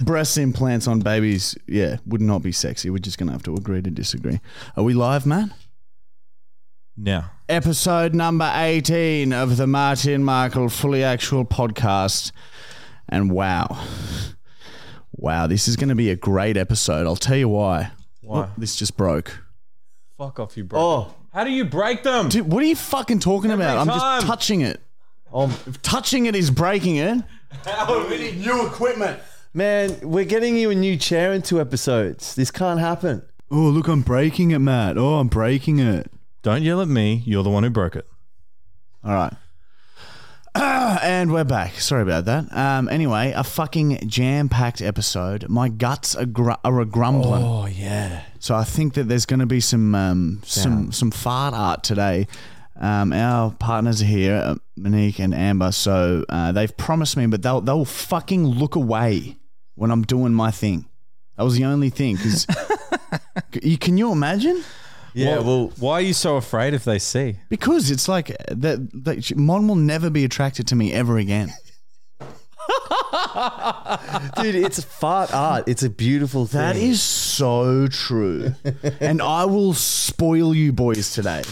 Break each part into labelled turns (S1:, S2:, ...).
S1: Breast implants on babies, yeah, would not be sexy. We're just going to have to agree to disagree. Are we live, Matt?
S2: Now,
S1: Episode number 18 of the Martin Markle Fully Actual podcast. And wow. Wow, this is going to be a great episode. I'll tell you why.
S2: Why?
S1: Oh, this just broke.
S2: fuck off, you break. Oh, how do you break them?
S1: Dude, what are you fucking talking about? I'm
S2: time. Oh.
S1: just touching it. If touching it is breaking it.
S2: How-
S1: New equipment.
S3: Man, we're getting you a new chair in two episodes. This can't happen.
S1: Oh, look, I'm breaking it, Matt. Oh, I'm breaking it.
S2: Don't yell at me. You're the one who broke it.
S1: All right. and we're back. Sorry about that. Um, anyway, a fucking jam packed episode. My guts are, gr- are a grumbling.
S3: Oh yeah.
S1: So I think that there's going to be some um, some some fart art today. Um, our partners are here, uh, Monique and Amber. So uh, they've promised me, but they'll they'll fucking look away when I'm doing my thing. That was the only thing. 'cause- you, can you imagine?
S3: Yeah. Well,
S2: why are you so afraid if they see?
S1: Because it's like uh, that. that Mon will never be attracted to me ever again.
S3: dude, it's fart art. It's a beautiful thing.
S1: That is so true. and I will spoil you boys today.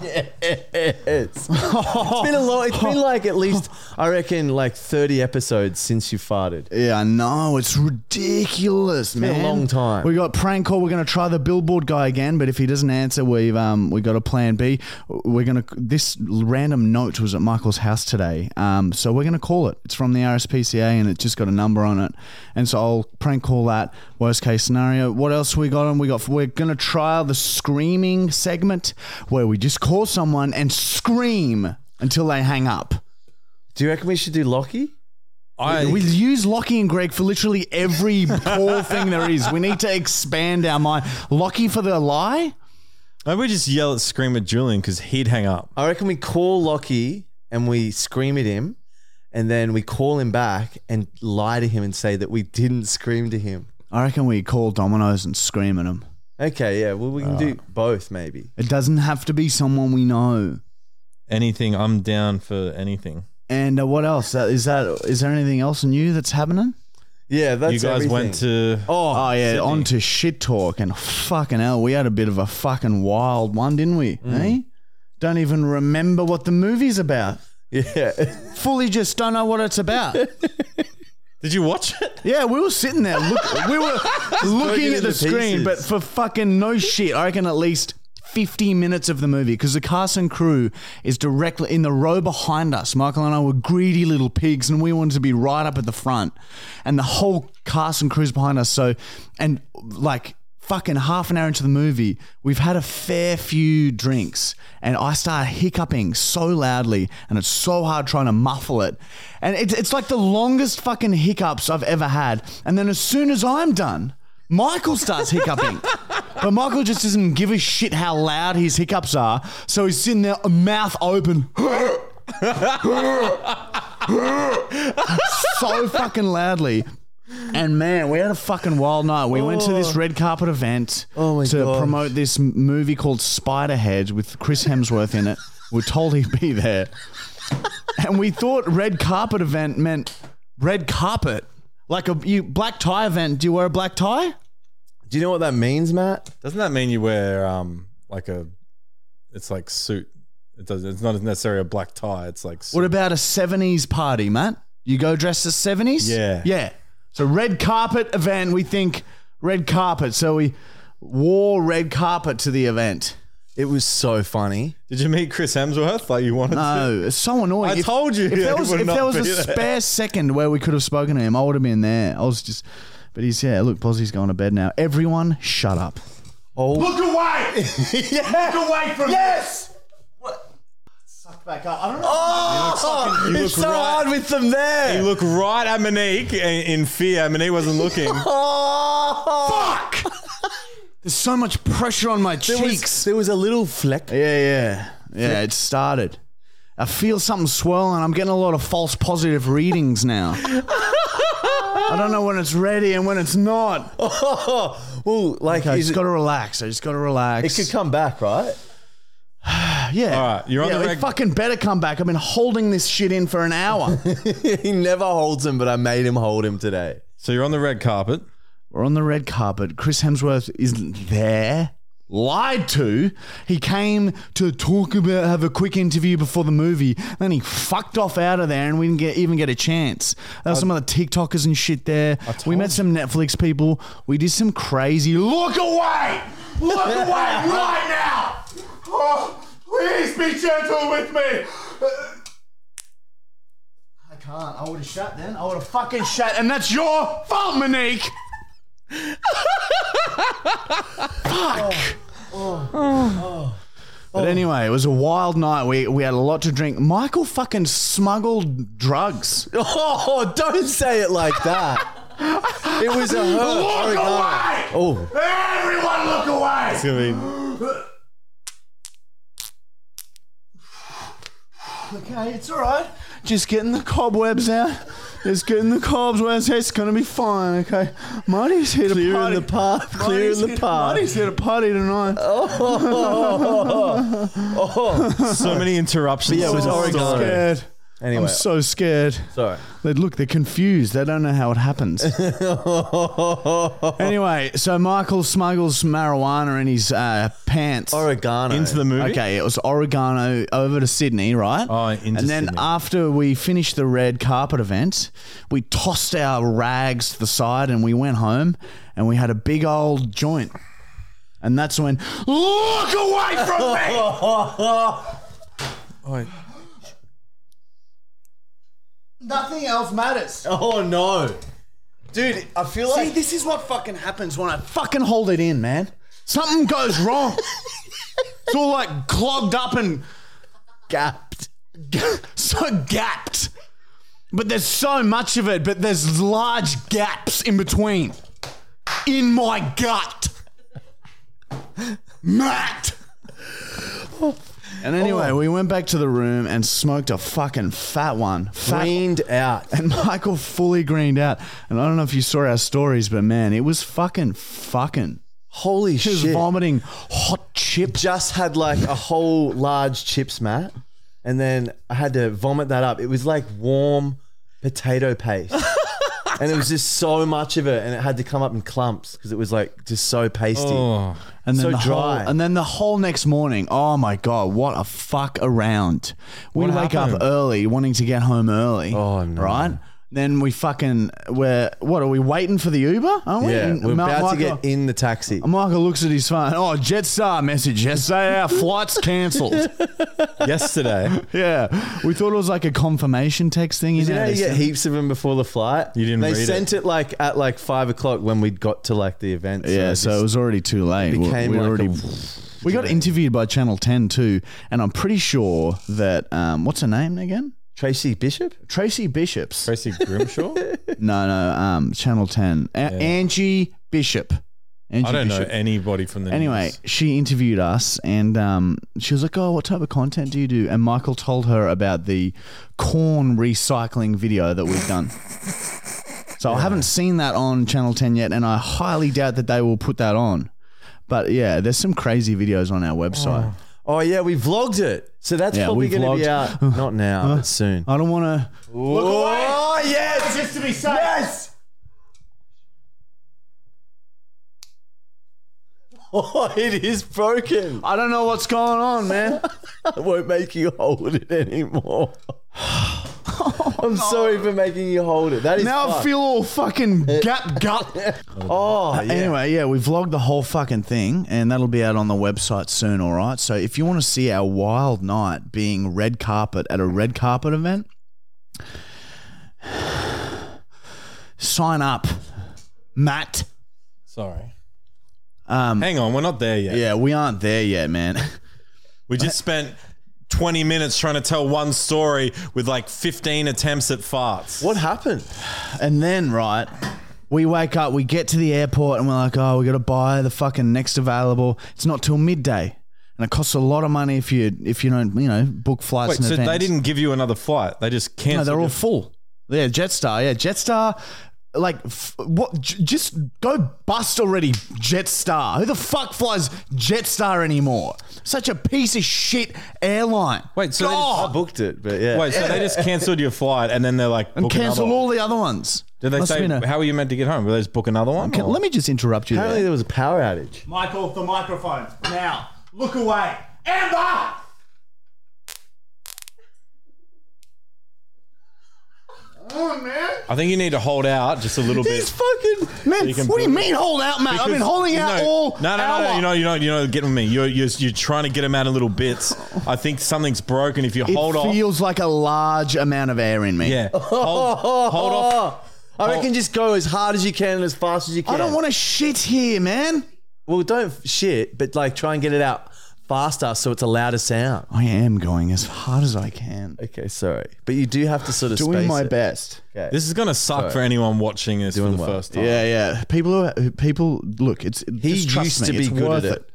S3: It's been a long. It's been like at least I reckon like thirty episodes since you farted.
S1: Yeah, I know. It's ridiculous, man.
S3: been a long time.
S1: We got prank call. We're going to try the billboard guy again, but if he doesn't answer, we've um we got a plan B. We're going to this random note was at Michael's house today. Um, so we're going to call it. It's from the RSPCA and it's just got a number on it. And so I'll prank call that. Worst case scenario. What else we got on? We got we're going to try the screaming segment where we just call someone and scream until they hang up.
S3: Do you reckon we should do Lockie?
S2: I
S1: We use Lockie and Greg for literally every poor thing there is. We need to expand our mind. Lockie for the lie?
S2: I would just yell at scream at Julian because he'd hang up.
S3: I reckon we call Lockie and we scream at him, and then we call him back and lie to him and say that we didn't scream to him.
S1: I reckon we call Domino's and scream at them.
S3: Okay. Yeah. Well, we can do both maybe.
S1: It doesn't have to be someone we know.
S2: Anything. I'm down for anything.
S1: And uh, what else? Uh, Is that is there anything else new that's happening?
S3: Yeah. That's
S2: you guys went
S3: everything.
S2: to.
S1: Oh, yeah,
S2: Sydney.
S1: on to shit talk and fucking hell, we had a bit of a fucking wild one, didn't we? Eh? Don't even remember what the movie's about.
S3: Yeah.
S1: Fully just don't know what it's about.
S2: Did you watch it?
S1: Yeah, we were sitting there. Look, we were looking
S3: it
S1: at the
S3: into
S1: screen,
S3: pieces.
S1: but for fucking no shit, I reckon at least 50 minutes of the movie because the cast and crew is directly in the row behind us. Michael and I were greedy little pigs and we wanted to be right up at the front. And the whole cast and crew's behind us. So, and like fucking half an hour into the movie, we've had a fair few drinks and I start hiccuping so loudly and it's so hard trying to muffle it. And it's, it's like the longest fucking hiccups I've ever had. And then as soon as I'm done, Michael starts hiccuping. but Michael just doesn't give a shit how loud his hiccups are. So he's sitting there, mouth open. so fucking loudly. And man, we had a fucking wild night. We went to this red carpet event
S3: Oh my
S1: to
S3: gosh.
S1: promote this m- movie called Spiderhead with Chris Hemsworth in it. We're told he'd be there. And we thought red carpet event meant red carpet. Like a you black tie event. Do you wear a black tie?
S3: Do you know what that means, Matt?
S2: Doesn't that mean you wear um like a? It's like suit. It does. It's not necessarily a black tie. It's like suit.
S1: What about a 70s party, Matt? You go dressed as 70s?
S2: Yeah.
S1: Yeah. So red carpet event, we think red carpet. So we wore red carpet to the event.
S3: It was so funny.
S2: Did you meet Chris Hemsworth like you wanted to?
S1: No, it's so annoying.
S2: I told you
S1: If there
S2: it
S1: was,
S2: would
S1: if there
S2: not
S1: was a
S2: be there.
S1: spare second where we could have spoken to him, I would have been there. I was just, but he's yeah. Look, Posey's going to bed now. Everyone, shut up.
S3: Oh,
S4: Look away! Look away from
S3: yes!
S1: Suck back up. I don't know.
S3: Oh,
S2: you
S3: it's
S2: look
S3: so
S2: right-
S3: hard with them there.
S2: You look right at Monique in in fear. Monique wasn't looking.
S3: oh,
S1: Fuck! There's so much pressure on my
S3: there
S1: cheeks.
S3: was, there was a little fleck.
S1: Yeah, yeah. Yeah, it started. I feel something swirling. I'm getting a lot of false positive readings now. I don't know when it's ready and when it's not.
S3: Oh, well, like
S1: I
S3: is
S1: just
S3: it,
S1: got to relax. I just got to relax.
S3: it could come back, right?
S1: yeah.
S2: All right, you're on
S1: yeah,
S2: the
S1: it
S2: reg-
S1: fucking better come back. I've been holding this shit in for an hour.
S3: he never holds him, but I made him hold him today.
S2: So you're on the red carpet.
S1: We're on the red carpet. Chris Hemsworth isn't there. Lied to. He came to talk about, have a quick interview before the movie. Then he fucked off out of there, and we didn't get, even get a chance. There were some other TikTokers and shit there. We met some Netflix people. We did some crazy. Look away! Look away right now!
S4: Oh, please be gentle with me.
S1: I can't. I would have shut then. I would have fucking shut, and that's your fault, Monique.
S3: Oh.
S1: But anyway, it was a wild night. We we had a lot to drink. Michael fucking smuggled drugs.
S3: Oh, don't say it like that. it was a hurt.
S4: Look away!
S3: Oh,
S4: Everyone look away!
S2: It's gonna
S1: Okay, it's all right. Just getting the cobwebs out. Just getting the cobwebs out. It's gonna be fine. Okay, Marty's here to
S3: clearing
S1: party.
S3: the path.
S1: Marty's
S3: Clearing the
S1: here-
S3: path. Oh,
S1: Marty's here to party tonight.
S2: be so many interruptions.
S3: Yeah, it was
S2: to the
S1: I'm
S3: Oregon.
S2: story.
S1: scared.
S3: Anyway,
S1: I'm so scared.
S3: sorry.
S1: They look, they're confused. They don't know how it happens. anyway, so Michael smuggles marijuana in his uh, pants.
S3: Oregano.
S2: Into the movie.
S1: Okay, it was oregano over to Sydney, right?
S2: Oh, into
S1: and then
S2: Sydney.
S1: after we finished the red carpet event, we tossed our rags to the side and we went home and we had a big old joint. And that's when look away from me.
S2: Oh,
S1: Nothing else matters.
S3: Oh no, dude. I feel
S1: See,
S3: like
S1: this is what fucking happens when I fucking hold it in, man. Something goes wrong. it's all like clogged up and
S3: gapped.
S1: so gapped. But there's so much of it, but there's large gaps in between. In my gut. Matt! Oh. And anyway, we went back to the room and smoked a fucking fat one. Fat
S3: Cleaned out.
S1: and Michael fully greened out. And I don't know if you saw our stories, but man, it was fucking fucking.
S3: Holy
S1: He was
S3: shit.
S1: vomiting hot chips.
S3: just had like a whole large chips mat and then I had to vomit that up. It was like warm potato paste. and it was just so much of it and it had to come up in clumps because it was like just so pasty.
S2: oh.
S1: And then
S3: So
S1: the
S3: dry.
S1: Whole, and then the whole next morning, oh my god, what a fuck around. We
S2: What
S1: wake
S2: happened?
S1: up early, wanting to get home early.
S3: Oh, no.
S1: Right? Then we fucking we're what are we waiting for the Uber? Aren't we?
S3: Yeah,
S1: And
S3: we're
S1: Ma-
S3: about to
S1: Michael-
S3: get in the taxi.
S1: Michael looks at his phone. Oh, Jetstar message. Yesterday our flight's cancelled.
S2: Yesterday,
S1: yeah, we thought it was like a confirmation text thing. You
S3: Did you
S1: know,
S3: know you
S1: they
S3: get
S1: send-
S3: heaps of them before the flight?
S2: You didn't
S3: They
S2: read it.
S3: sent it. like at like five o'clock when we got to like the event.
S1: Yeah,
S3: I
S1: so it
S3: just-
S1: was already too late. We-
S3: became
S1: we
S3: like
S1: already we got interviewed by Channel Ten too, and I'm pretty sure that um, what's her name again?
S3: Tracy Bishop.
S1: Tracy Bishop's.
S2: Tracy Grimshaw.
S1: No, no, um, Channel Ten. A- Angie Bishop. Angie
S2: I don't know
S1: Bishop.
S2: anybody from the
S1: Anyway,
S2: news.
S1: she interviewed us, and um, she was like, "Oh, what type of content do you do?" And Michael told her about the corn recycling video that we've done. So I haven't seen that on Channel Ten yet, and I highly doubt that they will put that on. But yeah, there's some crazy videos on our website.
S3: Oh yeah, we vlogged it. So that's
S1: Yeah,
S3: probably
S1: we
S3: going to be
S1: vlogged.
S3: out not now, but soon.
S1: I don't want to.
S4: Look away!
S3: Oh yes.
S4: Just to be safe. Yes!
S3: Oh, it is broken.
S1: I don't know what's going on, man.
S3: I won't make you hold it anymore. I'm sorry for making you hold it. That is
S1: Oh, now I
S3: fucked.
S1: feel all fucking gap gut.
S3: Oh, yeah.
S1: Anyway, yeah, we vlogged the whole fucking thing, and that'll be out on the website soon. All right. So if you want to see our wild night being red carpet at a red carpet event, sign up, Matt.
S2: Sorry.
S1: Um,
S2: Hang on, we're not there yet.
S1: yeah, we aren't there yet, man.
S2: We just spent 20 minutes trying to tell one story with like 15 attempts at farts.
S3: What happened?
S1: And then, right, we wake up, we get to the airport, and we're like, oh, we got to buy the fucking next available. It's not till midday. And it costs a lot of money if you if you don't you know book flights.
S2: Wait,
S1: in
S2: so
S1: advance.
S2: they didn't give you another flight. They just
S1: No,
S2: canceled.
S1: they're all
S2: it.
S1: full. Yeah, Jetstar. Yeah, Jetstar like f- what? J- just go bust already, Jetstar. Who the fuck flies Jetstar anymore? Such a piece of shit airline.
S2: Wait, so they just-
S1: God.
S3: I booked it, but yeah.
S2: Wait, so they just cancelled your flight and then they're like,
S1: and
S2: book another
S1: cancel
S2: one.
S1: all the other ones.
S2: Did they
S1: Must have
S2: say
S1: been a-
S2: how are you meant to get home? Will they just book another one?
S1: Can-
S2: or-
S1: let me just interrupt you.
S3: Apparently
S1: There.
S3: there was a power outage.
S4: Michael, the microphone. Now, look away. Amber! Oh, man.
S2: I think you need to hold out just a little
S1: He's
S2: bit.
S1: fucking man.
S2: can
S1: What do you
S2: put-
S1: mean hold out, mate? I've been
S2: Because-
S1: holding
S2: you
S1: out
S2: know-
S1: all
S2: No, no, no,
S1: hour.
S2: no. You know, you know, you know. Get with me. You're, you're you're trying to get them out in little bits. I think something's broken. If you
S1: it
S2: hold off,
S1: feels like a large amount of air in me.
S2: yeah. Hold, hold off.
S3: I reckon just go as hard as you can and as fast as you can.
S1: I don't want to shit here, man.
S3: Well, don't f- shit, but like try and get it out faster so it's a louder sound.
S1: I am going as hard as I can,
S3: Okay, sorry, but you do have to sort of
S1: doing
S3: space
S1: my
S3: it.
S1: best.
S2: This is gonna suck for anyone watching this for the
S3: well.
S2: first time.
S1: Yeah, yeah. People, who, people, look. It's he just trust
S3: used
S1: me,
S3: to be
S1: it's
S3: good at
S1: worth
S3: it.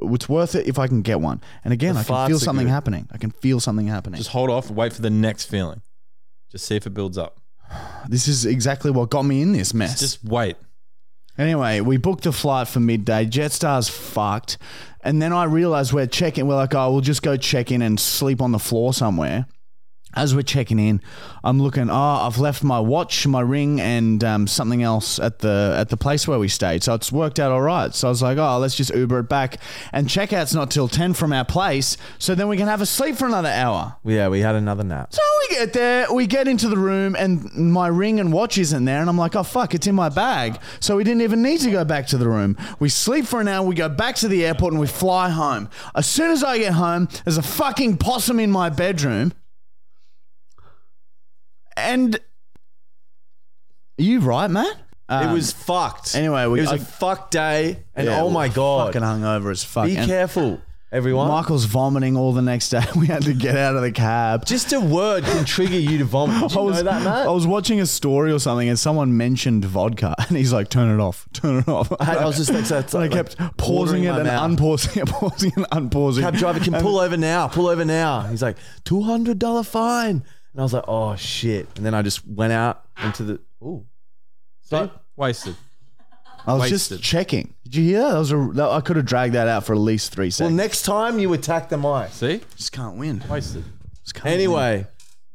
S1: W- It's worth it if I can get one. And again, I can
S3: farts
S1: feel
S3: are
S1: something
S3: good.
S1: happening. I can feel something happening.
S2: Just hold off. Wait for the next feeling. Just see if it builds up.
S1: this is exactly what got me in this mess.
S2: Just wait.
S1: Anyway, we booked a flight for midday. Jetstar's fucked. And then I realized we're checking. We're like, oh, we'll just go check in and sleep on the floor somewhere. As we're checking in, I'm looking. Oh, I've left my watch, my ring, and um, something else at the at the place where we stayed. So it's worked out all right. So I was like, oh, let's just Uber it back. And checkout's not till ten from our place. So then we can have a sleep for another hour.
S3: Yeah, we had another nap.
S1: So we get there, we get into the room, and my ring and watch isn't there. And I'm like, oh, fuck, it's in my bag. So we didn't even need to go back to the room. We sleep for an hour, we go back to the airport, and we fly home. As soon as I get home, there's a fucking possum in my bedroom. And. Are you right, Matt?
S3: it was fucked.
S1: anyway, we-
S3: it was a
S1: I-
S3: fuck day, and
S1: Yeah,
S3: oh
S1: we
S3: my
S1: were
S3: god,
S1: Fucking hungover as fuck.
S3: be
S1: And
S3: careful, everyone.
S1: Michael's vomiting all the next day. We had to get out of the cab.
S3: Just a word can trigger you to vomit. Did you know that, Matt?
S1: I was watching a story or something and someone mentioned vodka and he's like, turn it off, turn it off.
S3: I, had- I was just like, that's
S1: and I kept
S3: like,
S1: pausing
S3: watering
S1: it
S3: my
S1: and
S3: mouth.
S1: unpausing it, pausing and unpausing.
S3: Cab driver can pull over now. Pull over now. He's like, two hundred dollar fine, and I was like, oh shit. And then I just went out into the. Ooh.
S2: So wasted.
S1: I was
S2: wasted.
S1: just checking. Did you hear that? that was a, that, I could have dragged that out for at least three
S3: Well,
S1: seconds.
S3: next time you attack the mic.
S2: See,
S1: just can't win.
S2: wasted.
S1: Just can't
S3: Anyway,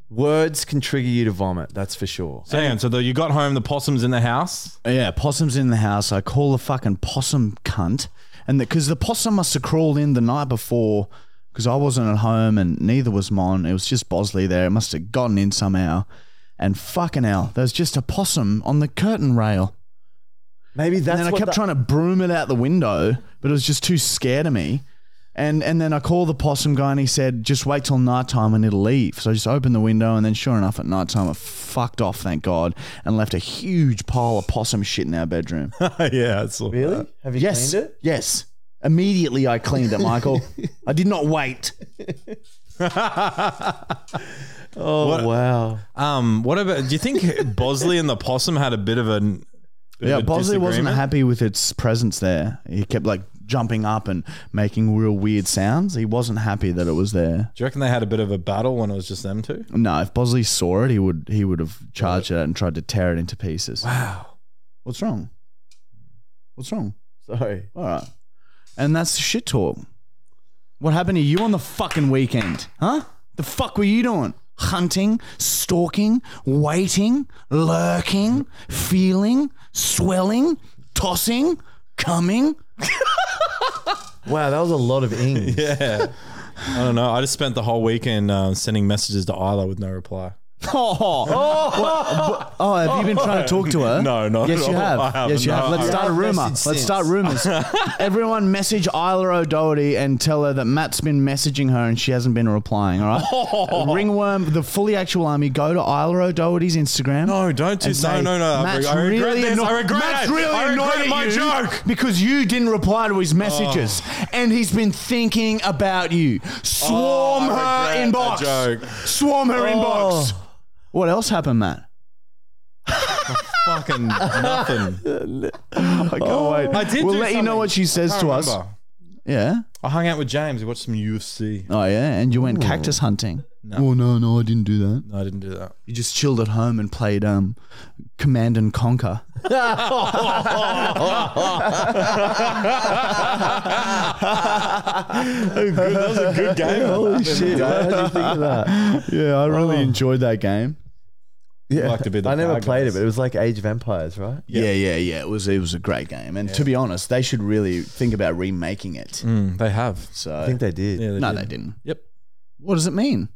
S3: words can trigger you to vomit. That's for sure.
S2: So hang on. So the, you got home. The possum's in the house.
S1: win. yeah, possum's in the house. I call the fucking possum cunt, and because the, possum must have crawled in the night before. Because I wasn't at home and neither was Mon. It was just Bosley there. It must have gotten in somehow. And fucking hell, there's just a possum on the curtain rail.
S3: Maybe that's
S1: and then I
S3: what
S1: kept
S3: the-
S1: trying to broom it out the window, but it was just too scared of me. And and then I called the possum guy and he said, just wait till nighttime and it'll leave. So I just opened the window and then sure enough at nighttime I fucked off, thank God, and left a huge pile of possum shit in our bedroom.
S2: yeah, it's all-
S3: Really? Have you
S1: yes.
S3: cleaned it?
S1: Yes. Immediately I cleaned it, Michael. I did not wait.
S3: Oh wow!
S2: Um, what about? Do you think Bosley and the possum had a bit of a? bit of
S1: Yeah,
S2: a
S1: Bosley wasn't
S2: disagreement?
S1: happy with its presence there. He kept like jumping up and making real weird sounds. He wasn't happy that it was there.
S2: Do you reckon they had a bit of a battle when it was just them two?
S1: No, if Bosley saw it, he would he would have charged at it and tried to tear it into pieces.
S2: Wow.
S1: What's wrong? What's wrong?
S3: Sorry.
S1: All right, and that's the shit talk. What happened to you on the fucking weekend, huh? The fuck were you doing? Hunting, stalking, waiting, lurking, feeling, swelling, tossing, coming.
S3: Wow, that was a lot of ing.
S2: Yeah. I don't know. I just spent the whole weekend uh, sending messages to Isla with no reply.
S1: Oh, What- oh, have you been trying to talk to her?
S2: No, not
S1: Yes,
S2: at
S1: you
S2: all.
S1: have.
S2: I haven't.
S1: Yes, you have.
S2: No,
S1: Let's
S2: I
S1: start a
S3: haven't.
S1: rumor.
S3: Messaged
S1: Let's
S3: since.
S1: start rumors. Everyone, message Isla O'Doherty and tell her that Matt's been messaging her and she hasn't been replying. All right.
S3: Oh.
S1: Ringworm, the fully actual army. Go to Isla O'Doherty's Instagram.
S2: No, don't do
S1: and say,
S2: no, no, no.
S1: Matt's
S2: I regret
S1: really
S2: this.
S1: anno-
S2: I regret
S1: Matt's
S2: it.
S1: really
S2: I
S1: annoyed
S2: regret
S1: at
S2: my
S1: you
S2: joke. Oh.
S1: because you didn't reply to his messages, and he's been thinking about you. Swarm
S2: Oh, I
S1: her
S2: regret the
S1: inbox.
S2: joke.
S1: Swarm her inbox. Oh. What else happened, Matt?
S2: Fucking nothing.
S1: I can't wait.
S2: Oh. I did
S1: We'll
S2: do
S1: let you know
S2: something.
S1: what she says
S2: I
S1: to us.
S2: remember.
S1: Yeah.
S2: I hung out with James. We watched some UFC.
S1: Oh yeah, and you went cactus hunting. No. Oh no, no, I didn't do that.
S2: No, I didn't do that.
S1: You just chilled at home and played um Command and Conquer.
S2: that was a good game.
S3: Holy shit! How did you think of that?
S1: Yeah, I really
S3: Oh.
S1: enjoyed that game.
S3: Yeah,
S2: Like to be the
S3: I never
S2: bad
S3: played
S2: guys.
S3: it, but it was like Age of Empires, right?
S1: Yeah. yeah, yeah, It was it was a great game, and to be honest, they should really think about remaking it.
S2: Mm, they have.
S1: So
S3: I think they did.
S2: Yeah, they
S1: no,
S2: did.
S1: they didn't.
S2: Yep.
S1: What does it mean,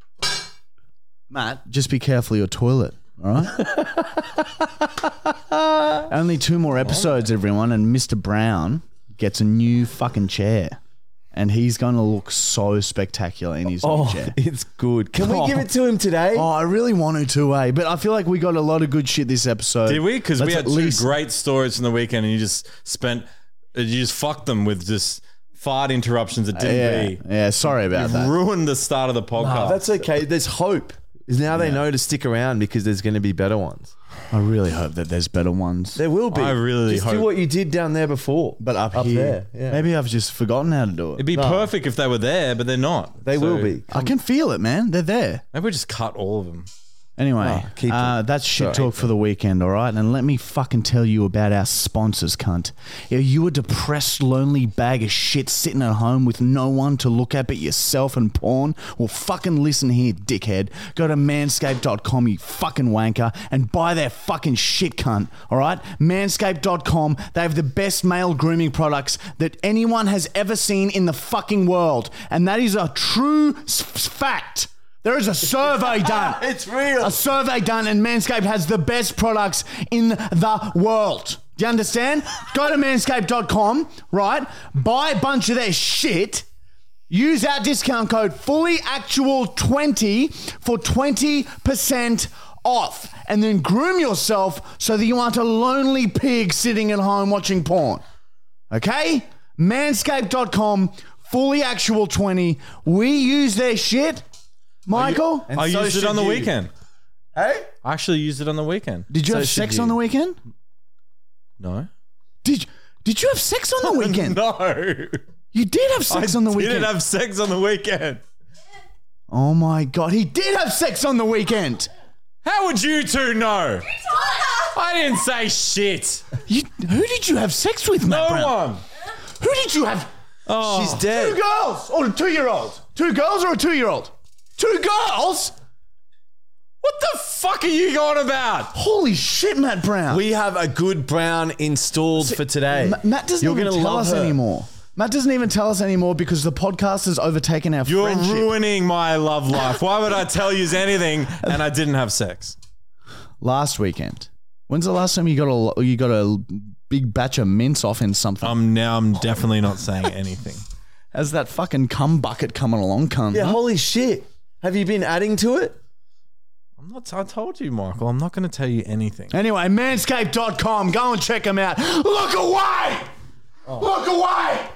S1: Matt? Just be careful of your toilet. All right. Only two more episodes, everyone, and Mr. Brown gets a new fucking chair, and he's going to look so spectacular in his new
S3: Oh,
S1: chair.
S3: it's good. Can
S1: Oh.
S3: we give it to him today?
S1: Oh, I really wanted to, eh? But I feel like we got a lot of good shit this episode.
S2: Did we? Because we
S1: Let's
S2: had
S1: at
S2: two
S1: least-
S2: great stories from the weekend, and you just spent, uh, you just fucked them with just fart interruptions.
S3: Uh,
S2: It
S1: Yeah,
S2: didn't
S1: yeah. Sorry about
S2: be
S1: that.
S2: ruined the start of the podcast.
S3: Oh, That's okay. There's hope. Now they know to stick around because there's going to be better ones.
S1: I really hope that there's better ones.
S3: There will be.
S2: I really
S3: Just do
S2: hope-
S3: what you did down there before.
S1: But up,
S3: Up
S1: here,
S3: there, yeah.
S1: maybe I've just forgotten how to do it.
S2: It'd be perfect if they were there, but they're not.
S3: they
S2: So
S3: will be.
S1: I can feel it, man. They're there.
S2: Maybe we just cut all of them.
S1: Anyway,
S3: Oh, keep
S1: uh, that's shit talk for the weekend, all right? And let me fucking tell you about our sponsors, cunt. Are you a depressed, lonely bag of shit sitting at home with no one to look at but yourself and porn? Well, fucking listen here, dickhead. Go to manscaped.com, you fucking wanker, and buy their fucking shit, cunt, all right? Manscaped.com, they have the best male grooming products that anyone has ever seen in the fucking world. And that is a true s- s- fact. There is a survey done.
S3: It's real.
S1: A survey done, and Manscaped has the best products in the world. Do you understand? Go to manscaped.com, right? Buy a bunch of their shit. Use our discount code FULLYACTUAL20 for 20% off. And then groom yourself so that you aren't a lonely pig sitting at home watching porn. Okay? Manscaped.com, FULLYACTUAL20. We use their shit. Michael?
S2: I
S3: so
S2: used it
S3: should
S2: on the
S3: you.
S2: weekend.
S3: Hey?
S2: I actually used it on the weekend.
S1: Did you
S3: So
S1: have
S3: should
S1: sex
S3: you.
S1: on the weekend?
S2: No.
S1: Did did you have sex on the weekend?
S2: No.
S1: You did have sex
S2: I
S1: on the
S2: didn't
S1: weekend.
S2: have sex on the weekend.
S1: oh my god, he did have sex on the weekend.
S2: How would you two know? I didn't say shit.
S1: You, who did you have sex with, Matt
S2: No
S1: Brown?
S2: one.
S1: Who did you have?
S2: Oh.
S3: She's dead.
S1: Two girls or a two-year-old? Two girls or a two-year-old? Two girls?
S2: What the fuck are you going about?
S1: Holy shit, Matt Brown.
S3: We have a good brown installed for today.
S1: Ma- Matt doesn't
S3: You're
S1: even
S3: gonna
S1: tell
S3: love
S1: us
S3: her.
S1: anymore. Matt doesn't even tell us anymore because the podcast has overtaken our
S2: You're
S1: friendship.
S2: ruining my love life. Why would I tell you anything and I didn't have sex?
S1: Last weekend. When's the last time you got a lo- you got a big batch of mints off in something?
S2: I'm now I'm definitely not saying anything.
S1: How's that fucking cum bucket coming along, cunt?
S3: Yeah, holy shit. Have you been adding to it?
S2: I'm not I told you, Michael, I'm not gonna tell you anything.
S1: Anyway, manscaped.com. Go and check them out. Look away! Oh.
S4: Look away!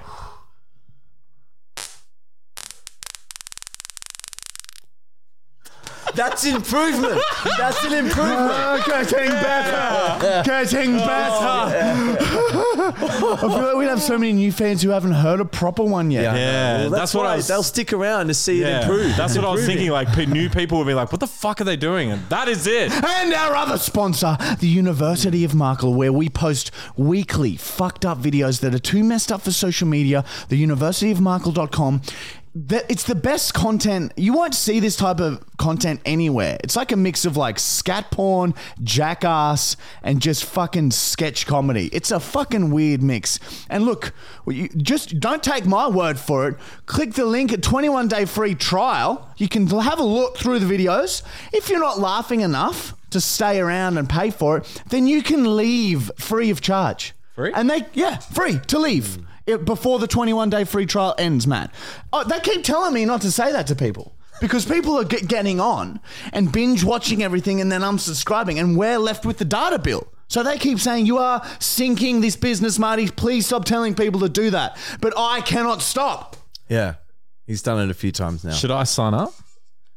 S3: That's improvement. That's an improvement.
S1: Oh, getting better. Getting better. I feel like we have so many new fans who haven't heard a proper one yet.
S2: Yeah,
S3: Well,
S2: that's, what
S3: why
S2: I was
S3: They'll stick around to see
S2: yeah,
S3: it improve.
S2: That's what I was
S3: Improving.
S2: thinking. Like pe- new people would be like, what the fuck are they doing? And that is it.
S1: And our other sponsor, the University of Markle, where we post weekly fucked up videos that are too messed up for social media, the universityofmarkle.com. That it's the best content. You won't see this type of content anywhere. It's like a mix of like scat porn, jackass, and just fucking sketch comedy. It's a fucking weird mix. And look, you- just don't take my word for it. Click the link at 21 day free trial. You can have a look through the videos. If you're not laughing enough to stay around and pay for it, then you can leave free of charge.
S2: Free?
S1: And they yeah, free to leave. It, before the 21 day free trial ends, Matt. Oh, they keep telling me not to say that to people because people are get, getting on and binge watching everything and then unsubscribing, and we're left with the data bill. So they keep saying, You are sinking this business, Marty. Please stop telling people to do that. But I cannot stop.
S3: Yeah. He's done it a few times now.
S2: Should I sign up?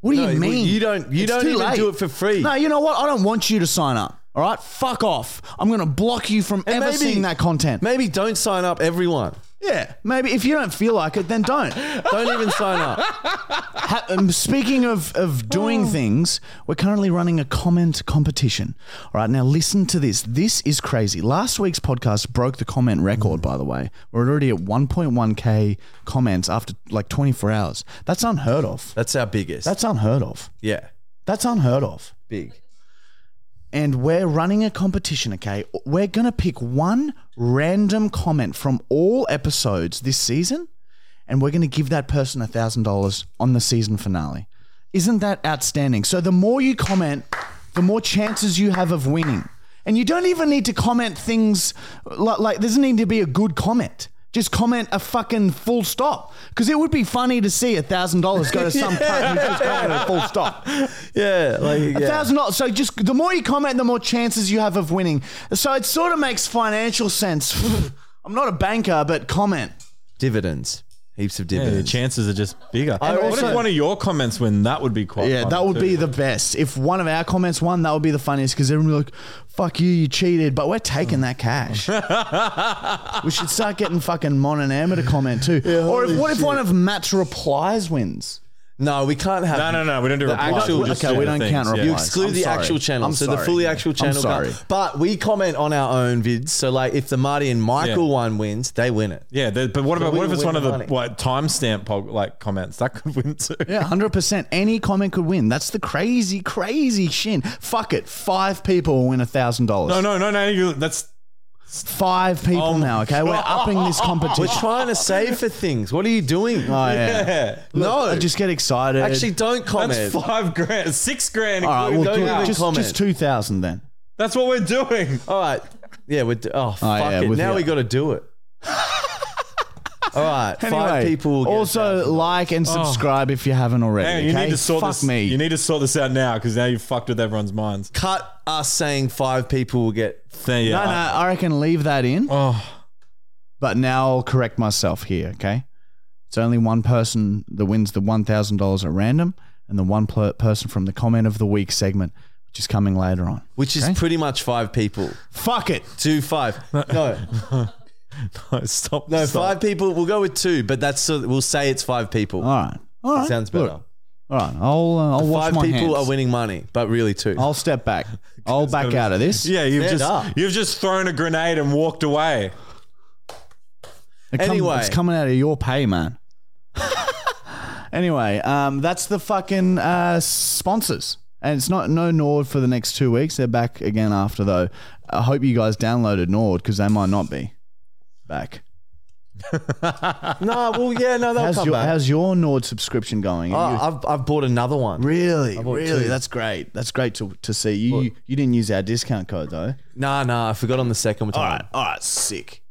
S1: What do
S3: No,
S1: you
S3: well,
S1: mean?
S3: you don't- you don't
S1: too
S3: even do it for free.
S1: No, you know what? I don't want you to sign up. All right, fuck off. I'm going to block you from ever
S3: maybe-
S1: seeing that content.
S3: Maybe don't sign up everyone.
S1: Yeah, maybe if you don't feel like it, then don't.
S3: Don't even sign up.
S1: Ha- um, speaking of, of
S3: Oh.
S1: doing things, we're currently running a comment competition. All right, now listen to this. This is crazy. Last week's podcast broke the comment record, by the way. We're already at 1.1K comments after like 24 hours. That's unheard of.
S3: That's our biggest.
S1: That's unheard of.
S3: yeah,
S1: That's unheard of.
S3: big.
S1: and we're running a competition, okay? We're going to pick one random comment from all episodes this season, and we're going to give that person $1,000 on the season finale. Isn't that outstanding? So the more you comment, the more chances you have of winning. And you don't even need to comment things like, like there doesn't need to be a good comment. Just comment a fucking full stop. Because it would be funny to see $1,000 go to some cunt who just commented a full stop.
S3: Yeah, like
S1: A
S3: yeah.
S1: thousand dollars. So just the more you comment, the more chances you have of winning. So it sort of makes financial sense. I'm not a banker, but comment.
S3: dividends, heaps of
S2: Yeah, the
S3: dividends.
S2: chances are just bigger. what
S3: also-
S2: if one of your comments win? That would be quite.
S1: Yeah,
S2: fun
S1: that would be
S2: too.
S1: the best. If one of our comments won, that would be the funniest because everyone would be like, fuck you, you cheated. But we're taking that cash. we should start getting fucking Mon and Amber to comment too. or if, what if one of Matt's replies wins?
S3: no, we can't have.
S2: No, no, no. We don't do replies.
S3: actual-
S2: We'll just
S1: okay,
S2: do
S1: we
S2: the
S1: don't count
S2: things,
S1: replies.
S3: You exclude
S1: I'm
S3: the
S1: sorry.
S3: actual channel,
S1: I'm
S3: so the
S1: sorry.
S3: fully actual channel.
S1: sorry.
S3: can't- But we comment on our own vids. So like, if the Marty and Michael
S2: Yeah.
S3: one wins, they win it.
S2: Yeah, the, but what about
S3: we
S2: what if
S3: will
S2: it's
S3: win
S2: one of the
S3: money.
S2: like timestamp pol- like comments that could win too?
S1: Yeah, 100%. Any comment could win. That's the crazy, crazy shin. Fuck it. Five people will win $1,000.
S2: No, no, no, no. You, that's
S1: five people
S2: Oh my
S1: now. Okay, we're upping this competition.
S3: We're trying to save for things. What are you doing?
S1: oh, yeah.
S2: yeah.
S1: No, I just get excited.
S3: Actually, don't comment.
S2: That's five grand, six grand.
S1: all right,
S2: including
S1: we'll
S3: don't
S1: do
S2: that.
S3: even
S1: just,
S3: comment.
S1: just two thousand then.
S2: that's what we're doing.
S3: All right. Yeah, we're. d- Oh, fuck
S1: yeah,
S3: it.
S1: with
S3: Now
S1: you.
S3: we got to do it. All right. five
S1: Anyway,
S3: people will get
S1: also like and subscribe if you haven't already.
S2: Hang on, you
S1: okay?
S2: need to sort
S1: Fuck
S2: this.
S1: me.
S2: You need to sort this out now because now you've fucked with everyone's minds.
S3: cut us saying five people will get.
S2: There you
S1: no,
S2: are.
S1: no, I reckon leave that in.
S2: Oh,
S1: But now I'll correct myself here. Okay, it's only one person that wins the one thousand dollars at random, and the one pl- person from the comment of the week segment, which is coming later on.
S3: Which is pretty much five people.
S1: Fuck it.
S3: Two, five. No,
S2: stop.
S3: no,
S2: stop.
S3: five people. We'll go with two, but that's so we'll say it's five people.
S1: All right. All right.
S3: Sounds
S1: Look,
S3: better.
S1: all right. I'll uh, I'll wash
S3: Five
S1: my
S3: people
S1: hands. Oh.
S3: are winning money, but really two.
S1: I'll step back. I'll back out of this.
S2: Yeah, you've
S3: Stand
S2: just
S3: up.
S2: you've just thrown a grenade and walked away.
S1: It come-
S3: Anyway.
S1: it's coming out of your pay, man. anyway, um, that's the fucking uh, sponsors. And it's not no Nord for the next two weeks. They're back again after though. I hope you guys downloaded Nord because they might not be back.
S3: no, well, yeah, no, they'll
S1: How's
S3: come
S1: your,
S3: back.
S1: how's your Nord subscription going?
S3: Oh,
S1: Are you-
S3: I've, I've bought another one.
S1: really,
S3: bought
S1: really,
S3: two.
S1: that's great. That's great to, to see you, you. You didn't use our discount code though.
S3: Nah, nah, I forgot on the second
S1: All
S3: time.
S1: right, all right, sick.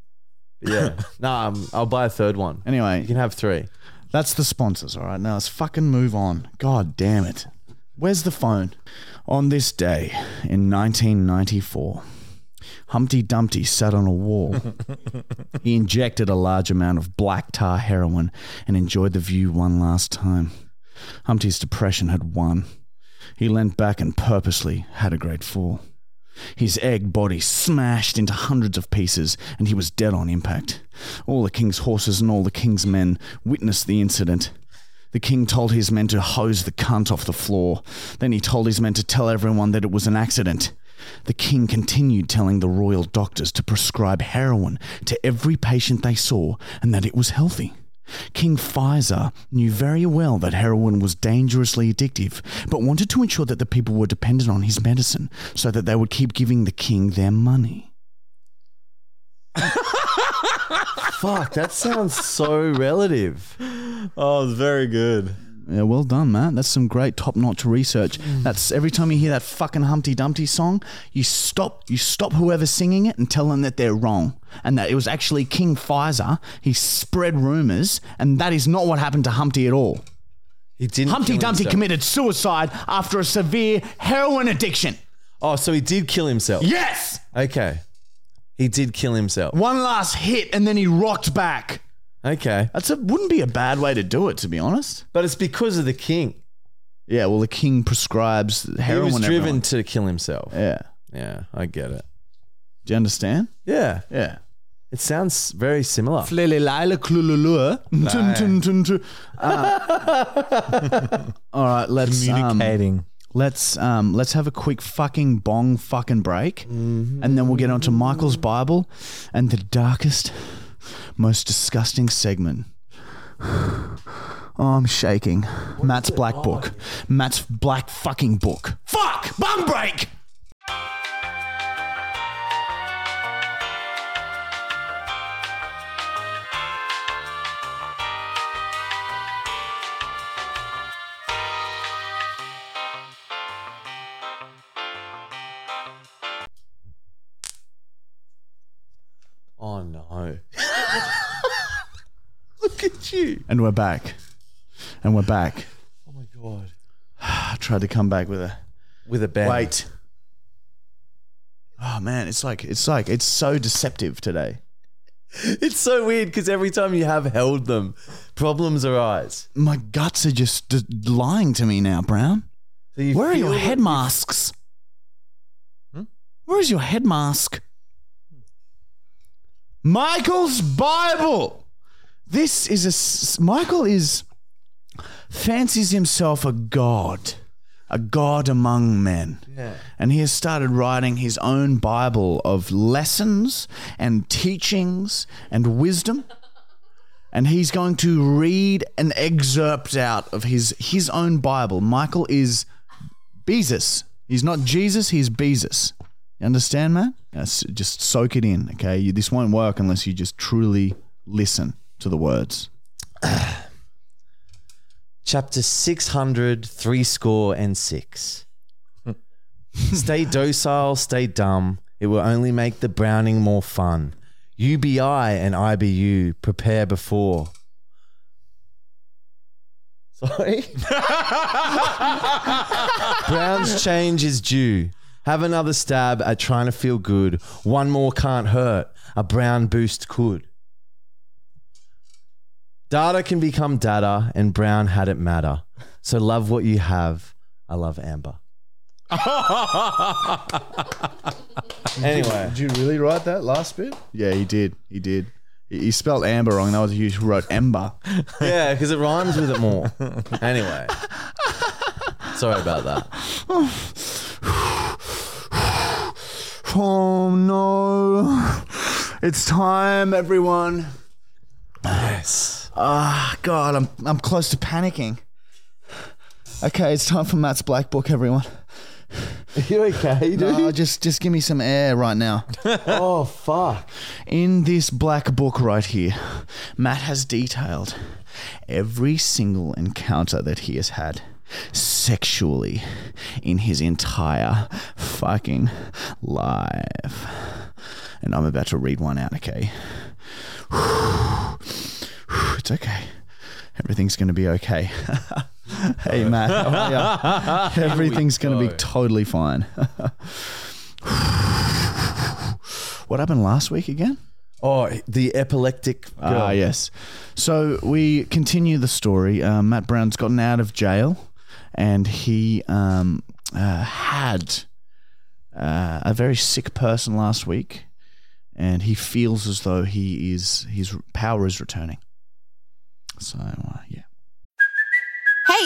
S3: Yeah. nah, um, I'll buy a third one.
S1: Anyway,
S3: You can have three.
S1: That's the sponsors, all right? Now let's fucking move on. God damn it. Where's the phone? On this day in 1994, Humpty Dumpty sat on a wall. he injected a large amount of black tar heroin and enjoyed the view one last time. Humpty's depression had won. He leant back and purposely had a great fall. His egg body smashed into hundreds of pieces, and he was dead on impact. All the king's horses and all the king's men witnessed the incident. The king told his men to hose the cunt off the floor. Then he told his men to tell everyone that it was an accident. The king continued telling the royal doctors to prescribe heroin to every patient they saw and that it was healthy. King Pfizer knew very well that heroin was dangerously addictive, but wanted to ensure that the people were dependent on his medicine so that they would keep giving the king their money.
S3: Fuck, that sounds so relative.
S2: Oh, it's very good.
S1: Yeah, well done, Matt. That's some great top-notch research.
S3: Mm.
S1: That's every time you hear that fucking Humpty Dumpty song, you stop, you stop whoever's singing it and tell them that they're wrong and that it was actually King Pfizer. He spread rumors, and that is not what happened to Humpty at all.
S3: He didn't.
S1: Humpty
S3: kill
S1: Dumpty
S3: himself.
S1: committed suicide after a severe heroin addiction.
S3: Oh, so he did kill himself.
S1: Yes.
S3: Okay. He did kill himself.
S1: One last hit and then he rocked back.
S3: Okay.
S1: That's a wouldn't be a bad way to do it, to be honest.
S3: But it's because of the king.
S1: Yeah, well, the king prescribes heroin.
S3: he was driven
S1: everyone.
S3: to kill himself.
S1: Yeah,
S3: Yeah, I get it.
S1: do you understand?
S3: Yeah.
S1: Yeah.
S3: It sounds very similar.
S1: Flele lila
S3: eh?
S1: clululua. Tun, tun, tun, tun.
S3: Ah.
S1: Uh, All right, let's um,
S2: Communicating.
S1: let's um, let's have a quick fucking bong fucking break,
S3: Mm-hmm.
S1: and then we'll get on to Michael's Bible and the darkest, most disgusting segment. Oh, I'm shaking. Matt's black book. Matt's black fucking book. Fuck! Bong break!
S3: Oh no. Look at you.
S1: And we're back. And we're back.
S3: Oh my god.
S1: I tried to come back with a
S3: With a bang.
S1: Wait. Oh man, it's like it's like it's so deceptive today.
S3: It's so weird because every time you have held them, problems arise.
S1: My guts are just d- lying to me now, Brown.
S3: So you
S1: Where are
S3: feel
S1: your
S3: that-
S1: head masks? Hmm? Where is your head mask? Michael's Bible. This is a s- Michael is fancies himself a god, a god among men.
S3: Yeah.
S1: and he has started writing his own Bible of lessons and teachings and wisdom. And he's going to read an excerpt out of his his own Bible. Michael is Beezus. He's not Jesus. He's Beezus. You understand, man? Yes, just soak it in, okay? You, this won't work unless you just truly listen to the words.
S3: Chapter 600, three score and six. stay docile, stay dumb. It will only make the browning more fun. UBI and IBU, prepare before. Sorry? Brown's change is due. Have another stab at trying to feel good. One more can't hurt. A brown boost could. Data can become data, and Brown had it matter. So love what you have. I love Amber. anyway,
S1: Did you really write that last bit? Yeah, he did. He did. He he spelled amber wrong. That was huge. He wrote ember.
S3: yeah, because it rhymes with it more. Anyway, sorry about that.
S1: Oh no. It's time, everyone.
S3: Yes.
S1: Ah, God, I'm, I'm close to panicking. Okay, it's time for Matt's Black Book, everyone.
S3: Are you okay, dude?
S1: No, just, just give me some air right now.
S3: Oh fuck.
S1: In this black book right here, Matt has detailed every single encounter that he has had sexually in his entire fucking life. And I'm about to read one out, okay? It's okay. Everything's going to be okay. hey, Matt. how are ya? Everything's going to be totally fine. what happened last week again?
S3: Oh, the epileptic. Girl.
S1: Ah, yes. So we continue the story. Uh, Matt Brown's gotten out of jail, and he um, uh, had uh, a very sick person last week, and he feels as though he is his power is returning. So uh, yeah.
S5: Hey,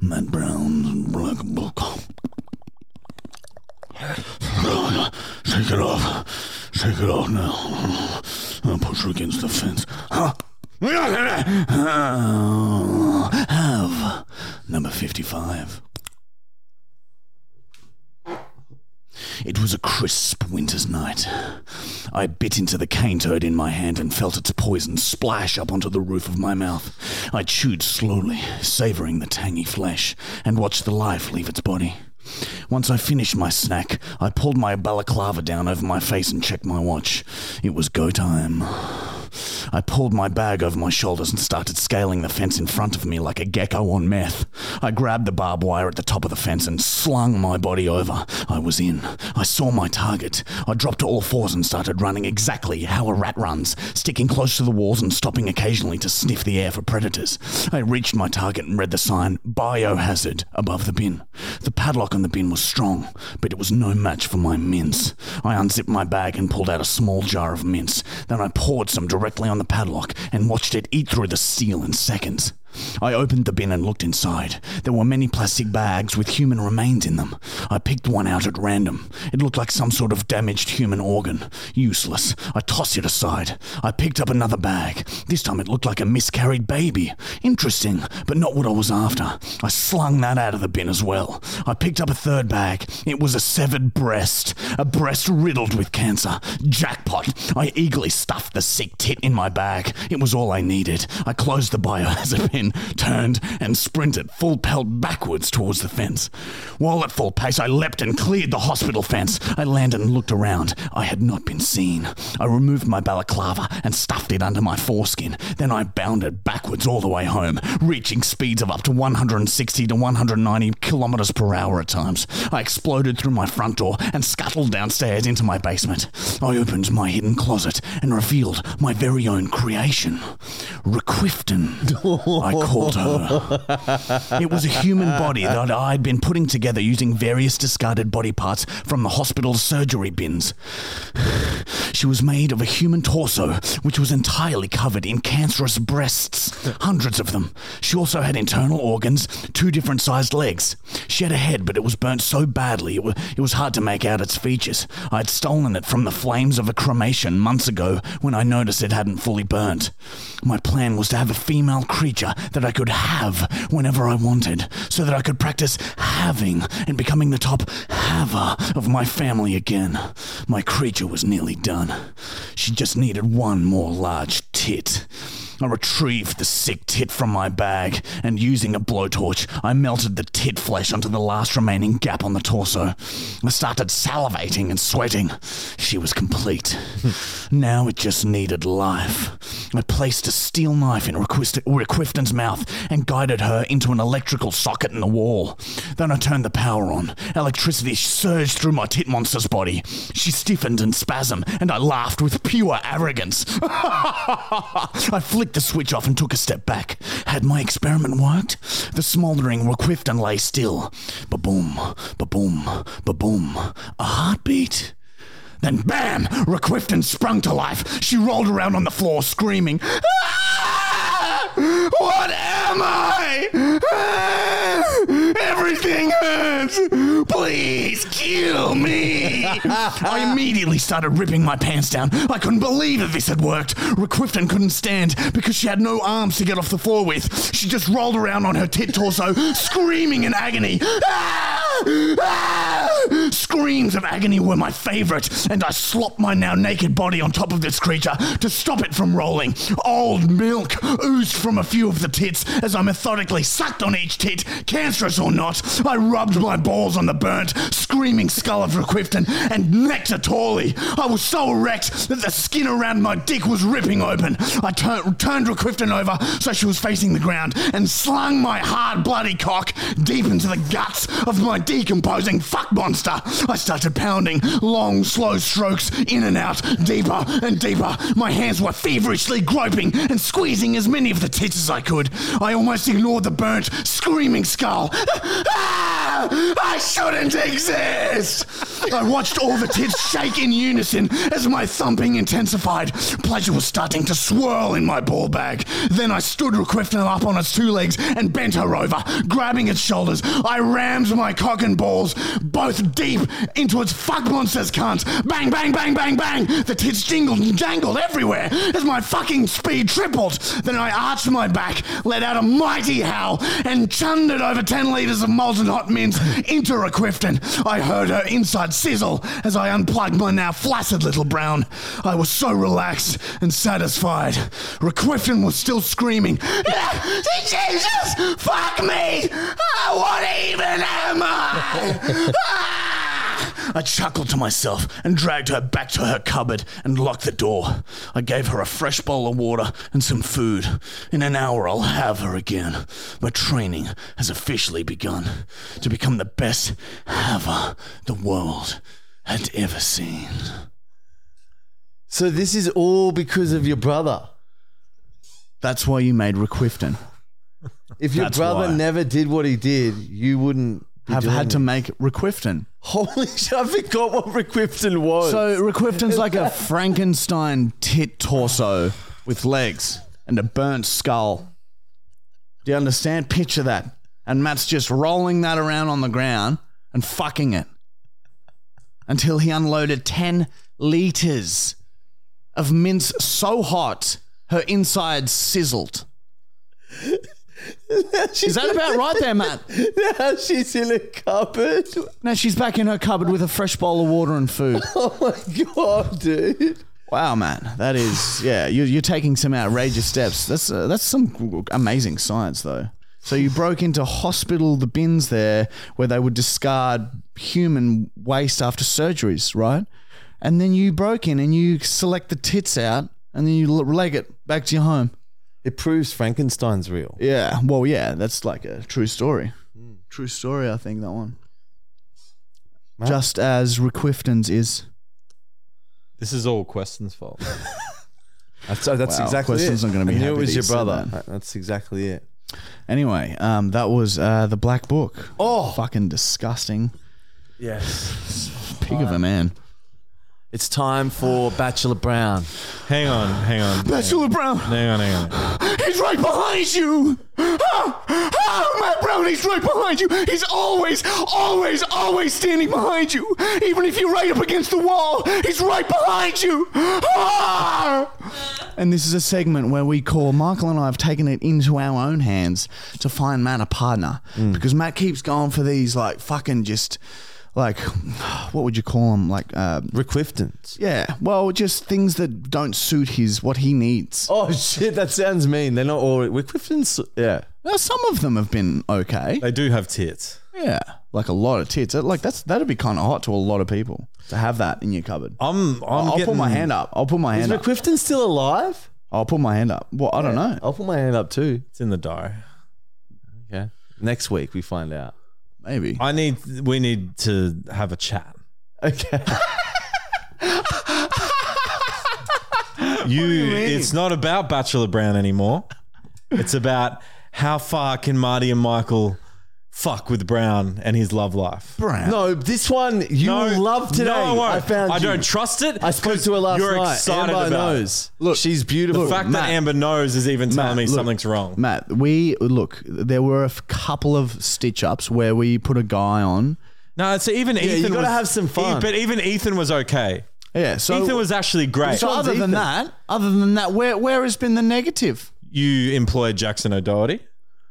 S1: Matt Brown's black book. Take it off. Take it off now. I'll push her against the fence. Huh? We're not gonna- Uh, Have number 55. It was a crisp winter's night. I bit into the cane toad in my hand and felt its poison splash up onto the roof of my mouth. I chewed slowly, savoring the tangy flesh, and watched the life leave its body.
S4: Once I finished my snack, I pulled my balaclava down over my face and checked my watch. It was go time. I pulled my bag over my shoulders and started scaling the fence in front of me like a gecko on meth. I grabbed the barbed wire at the top of the fence and slung my body over. I was in. I saw my target. I dropped to all fours and started running exactly how a rat runs, sticking close to the walls and stopping occasionally to sniff the air for predators. I reached my target and read the sign Biohazard above the bin. The padlock on the bin was strong, but it was no match for my mince. I unzipped my bag and pulled out a small jar of mince. Then I poured some directly on the padlock and watched it eat through the seal in seconds. I opened the bin and looked inside. There were many plastic bags with human remains in them. I picked one out at random. It looked like some sort of damaged human organ. Useless. I tossed it aside. I picked up another bag. This time it looked like a miscarried baby. Interesting, but not what I was after. I slung that out of the bin as well. I picked up a third bag. It was a severed breast. A breast riddled with cancer. Jackpot. I eagerly stuffed the sick tit in my bag. It was all I needed. I closed the biohazard bin, turned, and sprinted full pelt backwards towards the fence. While at full pace, I leapt and cleared the hospital fence. I landed and looked around. I had not been seen. I removed my balaclava and stuffed it under my foreskin. Then I bounded backwards all the way home, reaching speeds of up to 160 to 190 kilometers per hour at times. I exploded through my front door and scuttled downstairs into my basement. I opened my hidden closet and revealed my very own creation, Requifton. I called her. It was a human body that I'd been putting together using various discarded body parts from the hospital's surgery bins. She was made of a human torso, which was entirely covered in cancerous breasts, hundreds of them. She also had internal organs, two different sized legs. She had a head, but it was burnt so badly it, wa it was hard to make out its features. I had stolen it from the flames of a cremation months ago when I noticed it hadn't fully burnt. My plan was to have a female creature that I could have whenever I wanted, so that I could practice having and becoming the top haver of my family again. My creature was nearly done. She just needed one more large tit. I retrieved the sick tit from my bag, and using a blowtorch, I melted the tit flesh onto the last remaining gap on the torso. I started salivating and sweating. She was complete. now it just needed life. I placed a steel knife in Requist- Requifton's mouth and guided her into an electrical socket in the wall. Then I turned the power on. Electricity surged through my tit monster's body. She stiffened in spasm, and I laughed with pure arrogance. I flicked the switch off and took a step back. Had my experiment worked? The smouldering Requifton lay still. Ba boom, ba boom, ba boom. A heartbeat. Then bam! Requifton sprung to life. She rolled around on the floor screaming, "Ah! What am I? Ah! Everything hurts! Please kill me! I immediately started ripping my pants down. I couldn't believe that this had worked. Requifton couldn't stand because she had no arms to get off the floor with. She just rolled around on her tit torso, screaming in agony. Ah! Ah! Screams of agony were my favorite, and I slopped my now naked body on top of this creature to stop it from rolling. Old milk oozed from a few of the tits as I methodically sucked on each tit, cancerous or not. I rubbed my balls on the burnt, screaming skull of Requifton and necked her tawly. I was so erect that the skin around my dick was ripping open. I tur- turned Requifton over so she was facing the ground and slung my hard, bloody cock deep into the guts of my decomposing fuck monster. I started pounding long, slow strokes in and out, deeper and deeper. My hands were feverishly groping and squeezing as many of the tits as I could. I almost ignored the burnt, screaming skull. Ah! I shouldn't exist! I watched all the tits shake in unison as my thumping intensified. Pleasure was starting to swirl in my ball bag. Then I stood Requifton up on its two legs and bent her over, grabbing its shoulders. I rammed my cock and balls both deep into its fuck monster's cunt. Bang, bang, bang, bang, bang. The tits jingled and jangled everywhere as my fucking speed tripled. Then I arched my back, let out a mighty howl, and churned it over 10 litres of molten hot mince hands into Requifton. I heard her inside sizzle as I unplugged my now flaccid little brown. I was so relaxed and satisfied. Requifton was still screaming, "Ah, Jesus, fuck me! Ah, what even am I? Ah!" I chuckled to myself and dragged her back to her cupboard and locked the door. I gave her a fresh bowl of water and some food. In an hour, I'll have her again. My training has officially begun to become the best haver the world had ever seen.
S3: So this is all because of your brother.
S4: That's why you made Requifton.
S3: If your
S4: That's
S3: brother
S4: why.
S3: never did what he did, you wouldn't be
S4: Have
S3: doing
S4: had to
S3: it.
S4: make Requifton.
S3: Holy shit! I forgot what Requifton was.
S4: So Requifton's like a Frankenstein tit torso with legs and a burnt skull. Do you understand? Picture that. And Matt's just rolling that around on the ground and fucking it until he unloaded 10 liters of mince so hot her insides sizzled. Is that about right there, Matt?
S3: now she's in a cupboard.
S4: Now she's back in her cupboard with a fresh bowl of water and food.
S3: Oh my god, dude!
S4: Wow, man, that is yeah. You, you're taking some outrageous steps. That's uh, that's some amazing science, though. So you broke into hospital the bins there where they would discard human waste after surgeries, right? And then you broke in and you select the tits out and then you l- leg it back to your home.
S3: It proves Frankenstein's real.
S4: Yeah, well, yeah, that's like a true story. True story, I think that one.
S3: Matt?
S4: Just as Requifton's is.
S2: This is all Queston's fault.
S3: That's, so that's
S4: Wow,
S3: exactly
S4: Queston's
S3: it.
S4: not gonna be
S3: I knew it
S4: happy
S3: was
S4: that
S3: your
S4: you said
S3: brother.
S4: that.
S3: That's exactly it.
S4: Anyway, um, that was uh, the Black Book.
S3: Oh.
S4: fucking disgusting.
S3: Yes.
S4: Pig of a man.
S3: It's time for Bachelor Brown.
S2: hang on, hang on.
S4: Bachelor Brown,
S2: Hang on, hang on.
S4: he's right behind you. Ah, ah, Matt Brown, he's right behind you. He's always, always, always standing behind you. Even if you're right up against the wall, he's right behind you. Ah! And this is a segment where we call Michael and I have taken it into our own hands to find Matt a partner because Matt keeps going for these like fucking just like what would you call them like uh,
S3: Requiftons.
S4: Yeah, well, just things that don't suit his what he needs.
S3: Oh shit! That sounds mean. They're not all Requiftons. Yeah.
S4: Now, some of them have been okay.
S2: They do have tits.
S4: Yeah, like a lot of tits. That- Like that's that'd be kind of hot to a lot of people to have that in your cupboard.
S2: I'm, I'm
S4: I'll
S2: getting,
S4: put my hand up. I'll put my
S3: Is
S4: hand up.
S3: Requifton still alive?
S4: I'll put my hand up. Well, I don't know.
S3: I'll put my hand up too.
S2: It's in the diary.
S3: Okay. Next week we find out.
S4: Maybe.
S2: I need. We need to have a chat.
S3: Okay.
S2: You. it's not about Bachelor Brown anymore. It's about how far can Marty and Michael fuck with Brown and his love life.
S4: Brown.
S3: No, this one you will love today.
S2: No, I won't.
S3: I found.
S2: I
S3: you.
S2: don't trust it.
S3: I spoke to her last
S2: you're
S3: night.
S2: excited about
S3: Amber
S2: it.
S3: knows. Look, she's beautiful.
S2: The fact
S4: Matt.
S2: that Amber knows is even telling
S4: Matt,
S2: me
S4: look.
S2: something's wrong.
S4: Matt, we look. There were a f- couple of stitch ups where we put a guy on.
S2: No, it's even Ethan.
S3: you gotta
S2: was-
S3: have some fun.
S2: E- But even Ethan was okay.
S4: Yeah. So,
S2: Ethan was actually great.
S4: so other than that, other than that, where where has been the negative?
S2: you employed Jackson O'Doherty.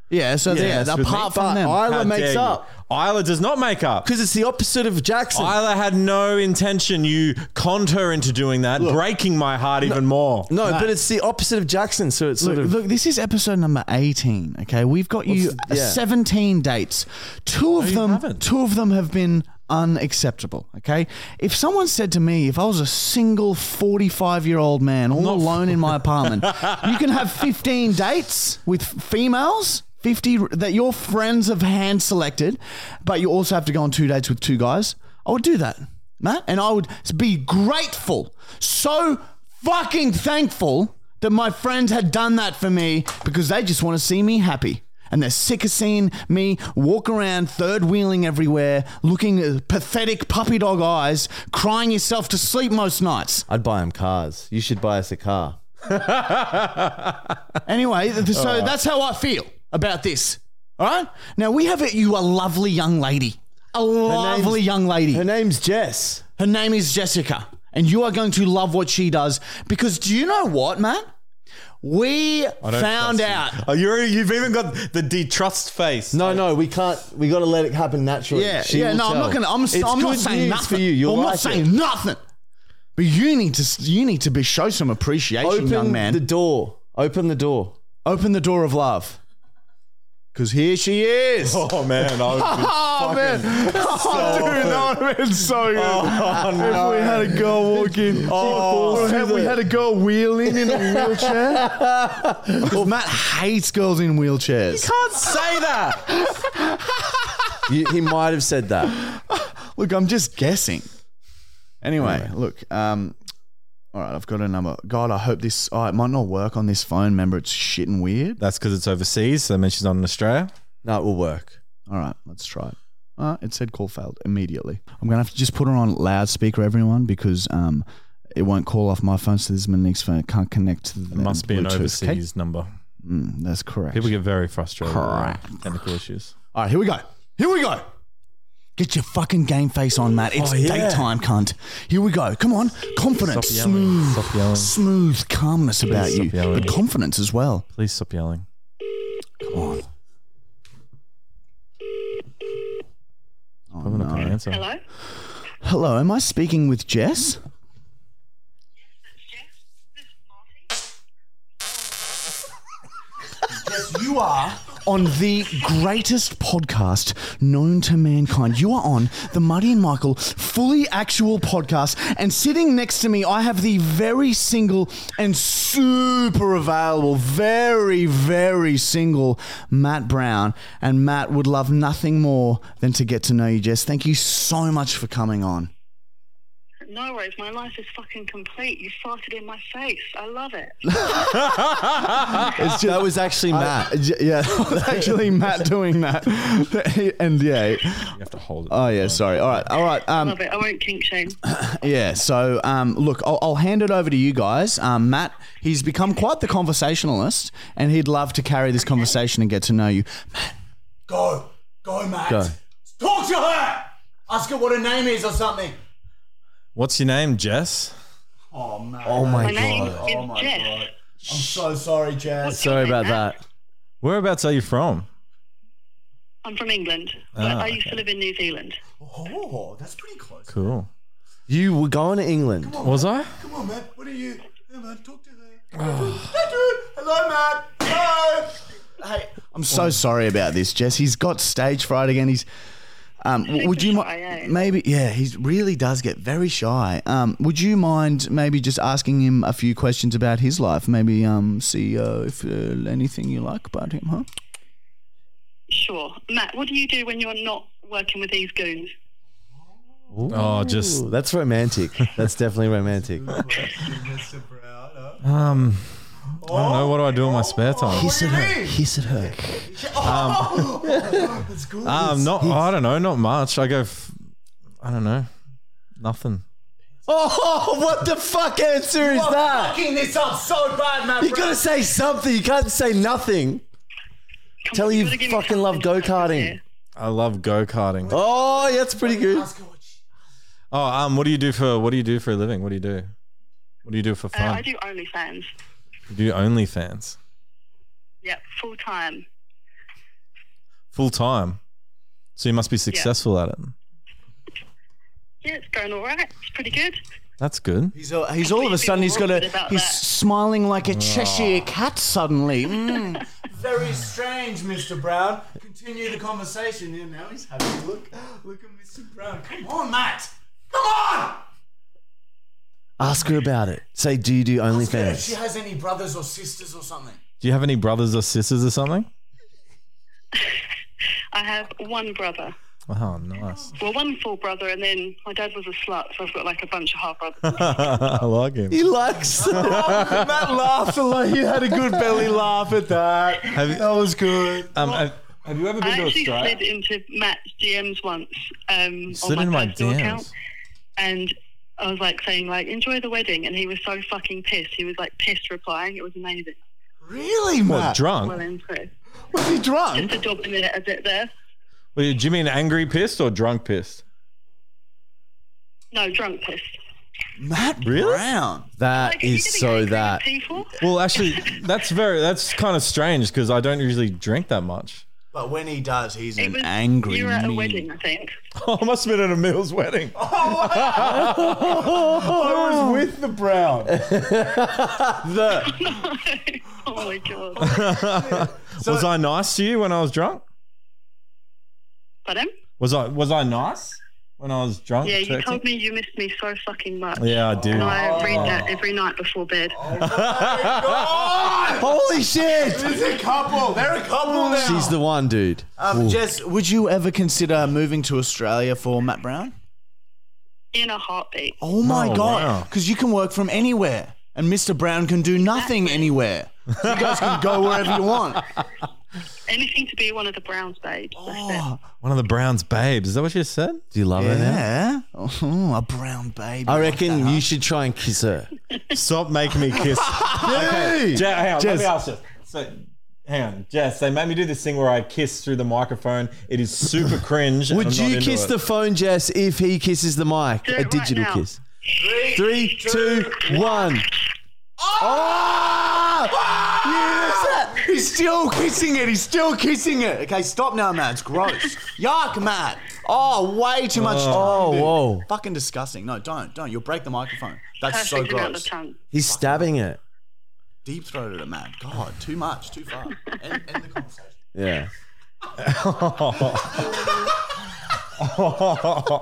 S4: Yeah. So yeah,
S2: that's with
S4: apart
S2: me.
S4: from
S3: But
S4: them,
S3: I- Isla
S2: How
S3: makes
S2: dare you.
S3: up.
S2: Isla does not make up.
S3: because it's the opposite of Jackson.
S2: Isla had no intention. You conned her into doing that, breaking my heart even more.
S3: no, but it's the opposite of Jackson. So it's
S4: Look,
S3: sort of
S4: look, this is episode number 18, okay? We've got you
S3: What's- yeah.
S4: 17 dates. Two of
S2: you
S4: them
S2: haven't.
S4: two of them have been unacceptable, okay? If someone said to me if I was a single 45-year-old man all alone in my apartment, you can have 15 dates with females? 50 r- that your friends have hand selected, but you also have to go on two dates with two guys. I would do that, Matt, and I would be grateful. So fucking thankful that my friends had done that for me because they just want to see me happy. And they're sick of seeing me walk around third wheeling everywhere, looking at pathetic puppy dog eyes, crying yourself to sleep most nights.
S3: I'd buy him cars. You should buy us a car.
S4: Anyway, th- so that's how I feel about this. All right? Now we have it, you a lovely young lady. A lovely young lady.
S3: Her name's Jess.
S4: Her name is Jessica, and you are going to love what she does because do you know what, Matt? We
S2: don't
S4: found out.
S2: trust you. Oh, you're, you've even got the detrust face.
S3: No, no, we can't. We got to let it happen naturally.
S4: Yeah,
S3: She
S4: yeah.
S3: will
S4: No, I'm
S3: tell.
S4: not gonna. I'm,
S3: it's
S4: I'm not
S3: good
S4: saying
S3: news
S4: nothing
S3: for you. You'll
S4: I'm
S3: like
S4: not
S3: it.
S4: saying nothing. But you need to. You need to be show some appreciation,
S3: Open
S4: young man.
S3: the door. Open the door.
S4: Open the door of love. Because here she is. Oh,
S2: Oh man, I would be
S4: man. Oh, dude, that would have been so good.
S2: Oh,
S4: if
S2: no.
S4: we had a girl walk in.
S2: falls
S3: Oh,
S4: or had we had a girl wheel in in a wheelchair. well, Matt hates girls in wheelchairs.
S2: can't say that.
S3: You, he might have said that.
S4: Look, I'm just guessing. Anyway, look. Um, all right, I've got a number. God, I hope this. Oh, it might not work on this phone. Remember, it's shitting weird.
S2: That's because it's overseas. So that means she's not in Australia.
S3: No, it will work.
S4: All right, let's try it. Uh, it said call failed immediately. I'm gonna have to just put her on loudspeaker, everyone, because um, it won't call off my phone. So this is my next phone. It can't connect to the
S2: It must be an
S4: Bluetooth,
S2: overseas
S4: okay?
S2: number.
S4: Mm, that's correct.
S2: People get very frustrated. with
S4: Correct.
S2: Technical issues.
S4: All right, here we go. Here we go. Get your fucking game face on, Matt. It's
S2: Oh, yeah.
S4: daytime, cunt. Here we go. Come on. Confidence,
S2: Stop yelling.
S4: smooth,
S2: Stop yelling.
S4: smooth calmness about
S2: stop
S4: you,
S2: yelling.
S4: but confidence as well.
S2: Please stop yelling.
S4: Come on.
S2: Probably not going to answer. Hello?
S4: Hello, am I speaking with Jess? Yes, you are on the greatest podcast known to mankind. You are on the Muddy and Michael fully actual podcast, and sitting next to me, I have the very single and super available, very, very single Matt Brown. And Matt would love nothing more than to get to know you, Jess. Thank you so much for coming on.
S6: No worries, my life is fucking complete. You farted in my face. I love it.
S3: that was actually Matt.
S4: Uh, j- yeah, it's actually Matt doing that. and yeah.
S2: You have to hold it.
S4: Oh, yeah, sorry. All right. All right. Um,
S6: Love it. I won't kink shame.
S4: Yeah. So, um, look, I'll, I'll hand it over to you guys. Um, Matt, he's become quite the conversationalist, and he'd love to carry this conversation and get to know you. Matt, go, go, Matt.
S3: Go.
S4: Talk to her. Ask her what her name is or something.
S2: What's your name, Jess?
S4: Oh, Matt.
S3: Oh
S6: My
S3: my
S6: name
S3: god.
S6: is Jess.
S4: I'm so sorry, Jazz.
S3: Sorry about that.
S2: Whereabouts are you from?
S6: I'm from England, but
S2: Ah,
S6: I used to live in New Zealand.
S4: Oh, that's pretty close.
S2: Cool.
S3: You were going to England.
S2: Was I?
S7: Come on, Matt. What are you? Come on, talk to her. hey, dude. Hello, Matt. Hello.
S4: Hey, I'm so sorry about this, Jess. He's got stage fright again. He's. Um, w- would you
S6: Super
S4: mi-
S6: shy, eh?
S4: maybe yeah he really does get very shy um, would you mind maybe just asking him a few questions about his life maybe um, see uh, if uh, anything you like about him huh
S6: Sure. Matt, what do you do when you're not working with these goons?
S2: Oh, just
S3: Ooh, that's romantic. That's definitely romantic.
S2: um. I don't know. What do I do in my spare time?
S3: Hiss at her. Hiss at her.
S2: Um, not. I don't know. Not much. I go. F- I don't know. Nothing.
S3: Oh, what the fuck answer is that?
S4: fucking this up so bad man
S3: You gotta say something. You can't say nothing.
S6: Come
S3: Tell
S6: on,
S3: her you
S6: gotta give me
S3: fucking
S6: something
S3: love go karting.
S6: here.
S2: I love go karting. Oh,
S3: Oh, yeah, that's pretty good.
S2: um. What do you do for? What do you do for a living? What do you do? What do you do for
S6: Uh, I
S2: fun?
S6: do OnlyFans.
S2: You do OnlyFans
S6: Yep, full time.
S2: full time. So you must be successful at it.
S6: Yeah, it's going all right. It's pretty good.
S2: That's good.
S4: he's, uh, he's all of a sudden he's got a he's smiling like a cheshire cat suddenly mm.
S7: Very strange, Mr. Brown. Continue the conversation. You now he's having a look. Look at Mr. Brown. Come on, Matt. Come on.
S3: Ask her about it. Say, do you do
S7: If she
S3: OnlyFans?
S7: has any brothers or sisters or something.
S2: Do you have any brothers or sisters or something?
S6: I have one brother.
S2: Oh, nice.
S6: Well, one full brother, and then my dad was a slut, so I've got like a bunch of half brothers.
S2: I like him.
S3: He likes.
S4: Matt laughed a lot he had a good belly laugh at that
S2: Have you-
S4: that was good
S2: Um, have, have you ever been
S6: I
S2: to
S6: actually
S2: Australia?
S6: slid into Matt's DMs once um,
S2: slid
S6: on my
S2: into my
S6: personal
S2: DMs?
S6: account, and I was like saying like enjoy the wedding, and he was so fucking pissed. He was like pissed replying. It was amazing.
S4: really
S2: What,
S4: Matt
S2: drunk?
S6: Well impressed.
S4: was he drunk
S6: Just adopting it a bit there.
S2: Wait, do you mean angry pissed or drunk pissed?
S6: No, drunk pissed.
S1: Matt
S2: Really?
S1: Brown.
S3: That
S8: Like, are you
S3: is
S8: gonna
S3: so
S8: angry with
S3: that.
S8: people.
S2: Well, actually, that's very that's kind of strange because I don't usually drink that much.
S1: But when he does, he's
S8: It
S1: an
S8: was-
S1: angry.
S8: You were at a
S1: mean-
S8: wedding, I think.
S2: Oh, I must have been at a Mills wedding.
S4: Oh,
S1: I was with the Brown.
S8: oh my god.
S2: was I nice to you when I was drunk?
S8: Pardon?
S2: Was I was I nice when I was drunk?
S8: Yeah, you
S2: texting?
S8: told me you missed me so fucking much.
S2: Yeah, I do.
S8: And I read that every night before bed.
S3: Holy shit!
S1: There's a couple. They're a couple now.
S3: She's the one, dude.
S1: Um, Jess, would you ever consider moving to Australia for Matt Brown?
S8: In a heartbeat.
S1: Oh my
S2: No,
S1: god!
S2: wow.
S1: Because you can work from anywhere, and Mr. Brown can do nothing anywhere. So you guys can go wherever you want.
S8: Anything to be one of the Browns babes.
S1: Oh,
S8: That's it.
S2: One of the Browns babes. Is that what you said?
S3: Do you love her now?
S1: Yeah, oh, a brown baby.
S3: I reckon you should try and kiss her.
S2: Stop making me kiss.
S3: Dude!
S2: Je- hang on,
S1: Jess.
S2: let me ask you. So, hang on, Jess. They made me do this thing where I kiss through the microphone. It is super cringe. and I'm
S3: Would
S2: not
S3: you
S2: into
S3: kiss
S2: it.
S3: the phone, Jess, if he kisses the mic?
S8: Do it
S3: a
S8: right
S3: digital
S8: now.
S3: kiss. Three, two, one.
S1: Ah! He's still kissing it. He's still kissing it. Okay, stop now, Matt. It's gross. Yuck, Matt. Oh, way too much.
S3: Oh,
S1: time, dude.
S3: whoa.
S1: Fucking disgusting. No, don't, don't. You'll break the microphone. That's so
S8: Perfect amount of
S1: gross.
S8: tongue.
S3: He's stabbing it.
S1: Deep throated it, Matt. God, too much, too far. End, end the conversation.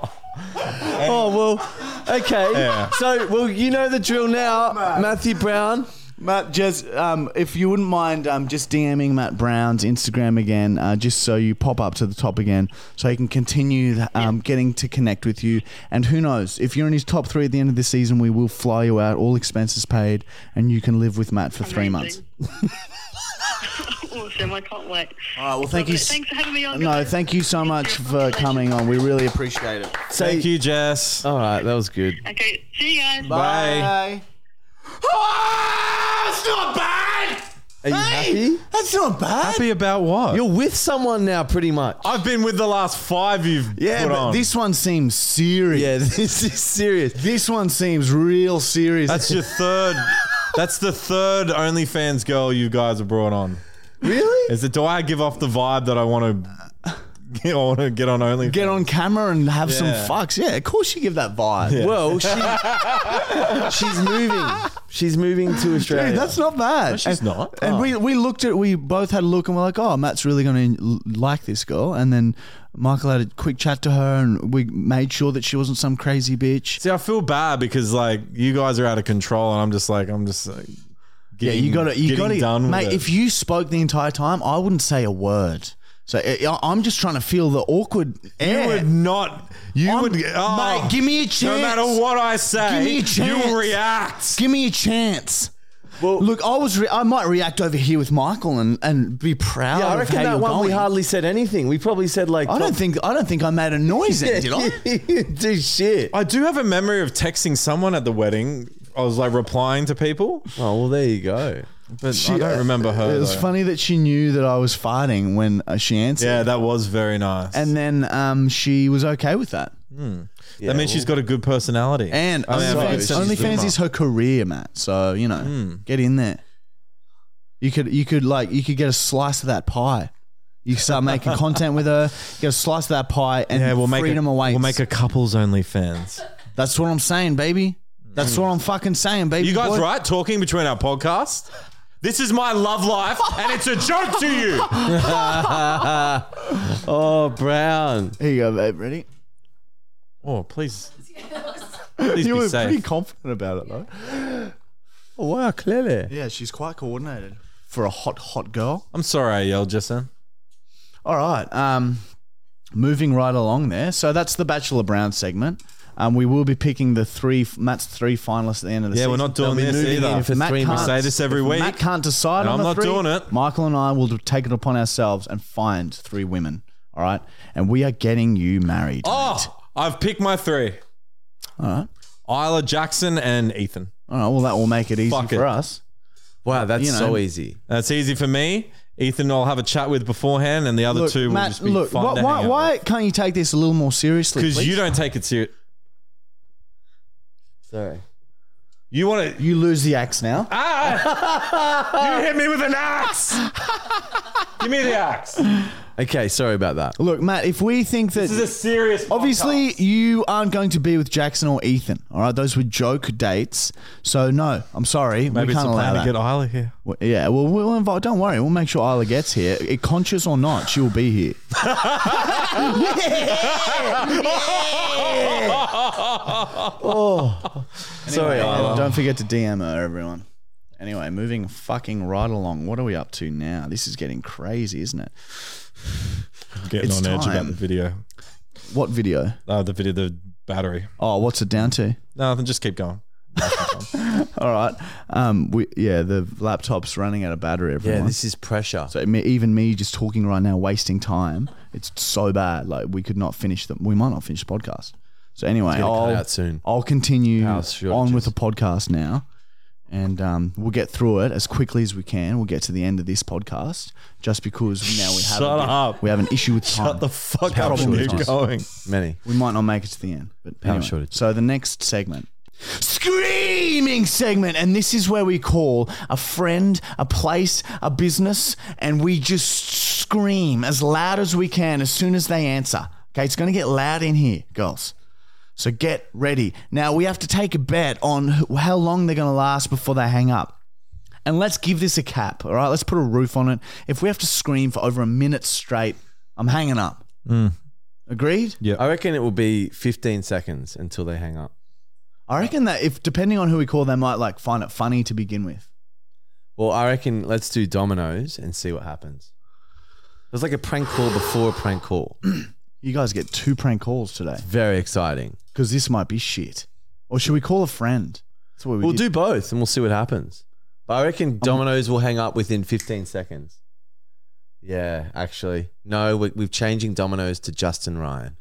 S3: Yeah. oh well. Okay.
S2: Yeah.
S3: So well, you know the drill now, Matthew Brown.
S1: Matt, just um, if you wouldn't mind, um, just DMing Matt Brown's Instagram again, uh, just so you pop up to the top again, so he can continue th- um, getting to connect with you. And who knows, if you're in his top three at the end of the season, we will fly you out, all expenses paid, and you can live with Matt for three months.
S8: Amazing. awesome. I can't wait.
S1: All right. Well, thank
S8: Lovely.
S1: you. s-
S8: Thanks for having me on.
S1: No,
S8: guys.
S1: thank you so much for coming on. We really appreciate it.
S3: Say,
S2: Thank you, Jess.
S1: Uh,
S3: All right, that was good.
S8: Okay, see you guys.
S2: Bye.
S1: Ah, it's not bad.
S3: Are you
S1: Hey,
S3: happy?
S1: that's not bad.
S2: Happy about what?
S3: You're with someone now, pretty much.
S2: I've been with the last five you've
S1: Yeah,
S2: put
S1: but
S2: on.
S1: this one seems serious.
S3: yeah, this is serious.
S1: This one seems real serious.
S2: That's your third. that's the third OnlyFans girl you guys have brought on.
S3: Really?
S2: Is it? Do I give off the vibe that I want to? I want to get on OnlyFans.
S1: Get on camera and have some
S2: Yeah.
S1: fucks. Yeah, of course you give that vibe.
S3: Well, she, she's moving. She's moving to Australia.
S1: Dude, that's not bad.
S2: she's
S1: and,
S2: not. Oh.
S1: And we, we looked at we both had a look and we're like, oh, Matt's really going to like this girl. And then Michael had a quick chat to her and we made sure that she wasn't some crazy bitch.
S2: See, I feel bad because like you guys are out of control, and I'm just like I'm just. Like,
S1: Yeah, you got to you got to
S2: done,
S1: mate.
S2: With it.
S1: If you spoke the entire time, I wouldn't say a word. So I, I'm just trying to feel the awkward.
S2: You
S1: air.
S2: would not. You
S1: I'm-
S2: would. Oh,
S1: Mate, give me a
S2: No
S1: chance.
S2: matter what I
S1: Give me
S2: say,
S1: a
S2: you
S1: chance.
S2: will react.
S1: Give me a chance. Well, look, I was re- I might react over here with Michael and, and be proud.
S3: yeah, I
S1: of
S3: reckon
S1: how
S3: that
S1: you're
S3: one we
S1: going.
S3: hardly said anything. We probably said like.
S1: I don't think I don't think I made a noise. then, did I?
S3: you do shit.
S2: I do have a memory of texting someone at the wedding. I was like replying to people,
S3: Oh well, there you go.
S2: but I don't remember her.
S1: uh, It was
S2: though.
S1: funny that she knew that I was farting when uh, she answered,
S2: Yeah, that was very nice.
S1: and then um, she was okay with that.
S2: that means she's got a good personality. Oh,
S1: And
S2: I mean,
S1: OnlyFans,
S2: it's just
S1: OnlyFans
S2: Zuma.
S1: is her career, Matt. So you know,
S2: Hmm.
S1: get in there. You could you could like you could get a slice of that pie. You start making content with her, get a slice of that pie, and
S2: yeah, we'll make
S1: freedom
S2: a,
S1: awaits.
S2: We'll make a couples only fans.
S1: That's what I'm saying, baby. That's what I'm fucking saying, baby.
S2: Hmm. You guys
S1: boy.
S2: right talking between our podcast? This is my love life, and it's a joke to you.
S3: Oh, Brown.
S1: Here you go, babe. Ready?
S2: Oh, please, please
S1: you
S2: be
S1: were
S2: safe.
S1: pretty confident about it, though.
S3: Oh, wow, clearly.
S1: Yeah, she's quite coordinated for a hot, hot girl.
S2: I'm sorry, I yelled just then.
S1: All right. Um, moving right along there. So that's the Bachelor Brown segment. Um, we will be picking the three Matt's three finalists at the end of the
S2: Yeah,
S1: season.
S2: we're not doing
S1: They'll be
S2: this
S1: moving
S2: either.
S1: in. If
S2: For
S1: Matt
S3: three
S1: can't,
S3: months.
S2: Say this every
S1: if
S2: week.
S1: Matt can't decide.
S2: and
S1: on
S2: I'm
S1: the
S2: not
S1: three,
S2: doing it.
S1: Michael and I will take it upon ourselves and find three women. All right, and we are getting you married.
S2: Oh, I've picked my three:
S1: All right.
S2: Isla Jackson and Ethan.
S1: All right. Well, that will make it easy
S2: Fuck
S1: for
S2: it.
S1: us.
S3: Wow, that's
S1: You know.
S3: so easy.
S2: That's easy for me. Ethan, I'll have a chat with beforehand, and the other
S1: Look,
S2: two will
S1: Matt,
S2: just be
S1: look,
S2: fun
S1: why,
S2: to
S1: why, why can't you take this a little more seriously?
S2: Because
S1: please?
S2: you don't take it serious.
S3: Sorry.
S2: You want to?
S1: You lose the axe now.
S2: Ah! you hit me with an axe. Give me the axe.
S3: Okay, sorry about that.
S1: Look, Matt, if we think that
S2: This is a serious. podcast.
S1: Obviously, you aren't going to be with Jackson or Ethan. All right, those were joke dates. So no, I'm sorry,
S2: maybe
S1: we
S2: it's a
S1: can't allow
S2: plan to
S1: that.
S2: get Isla here.
S1: Well, yeah, well, we'll invite. Don't worry, we'll make sure Isla gets here. It, conscious or not, she will be here.
S2: Oh.
S3: sorry,
S1: And
S3: Isla.
S1: don't forget to DM her, everyone. Anyway, moving fucking right along. What are we up to now? This is getting crazy, isn't it?
S2: Getting
S1: It's
S2: on edge about
S1: time.
S2: the video.
S1: What video?
S2: Uh, the video, the battery.
S1: Oh, what's it down to?
S2: No, then just keep going.
S1: All right. Um, we, yeah, the laptop's running out of battery. Everyone.
S3: Yeah, this is pressure.
S1: So me, even me just talking right now, wasting time. It's so bad. Like we could not finish them. We might not finish the podcast. So anyway,
S3: gonna
S1: I'll
S3: cut out soon.
S1: I'll continue
S3: Power
S1: on
S3: shortages.
S1: with the podcast now, and um, we'll get through it as quickly as we can. We'll get to the end of this podcast just because now we have
S2: Shut
S1: a-
S2: up.
S1: we have an issue with time.
S2: Shut the fuck
S1: Power
S2: up and
S1: shortage.
S2: keep going.
S3: Many.
S1: We might not make it to the end, but anyway.
S3: shortage.
S1: So the next segment. Screaming segment, and this is where we call a friend, a place, a business, and we just scream as loud as we can as soon as they answer. Okay, it's going to get loud in here, girls. So get ready. Now we have to take a bet on wh- how long they're going to last before they hang up. And let's give this a cap, all right? Let's put a roof on it. If we have to scream for over a minute straight, I'm hanging up. Agreed?
S3: I reckon it will be 15 seconds until they hang up.
S1: I reckon that if depending on who we call, they might like find it funny to begin with.
S3: Well, I reckon let's do dominoes and see what happens. It was like a prank call before a prank call.
S1: You guys get two prank calls today
S3: Very exciting.
S1: because this might be shit. Or should we call a friend? That's what we
S3: We'll
S1: did.
S3: do both and we'll see what happens. But I reckon dominoes will hang up within 15 seconds. Yeah, actually. No, we- we're changing dominoes to Justin Ryan.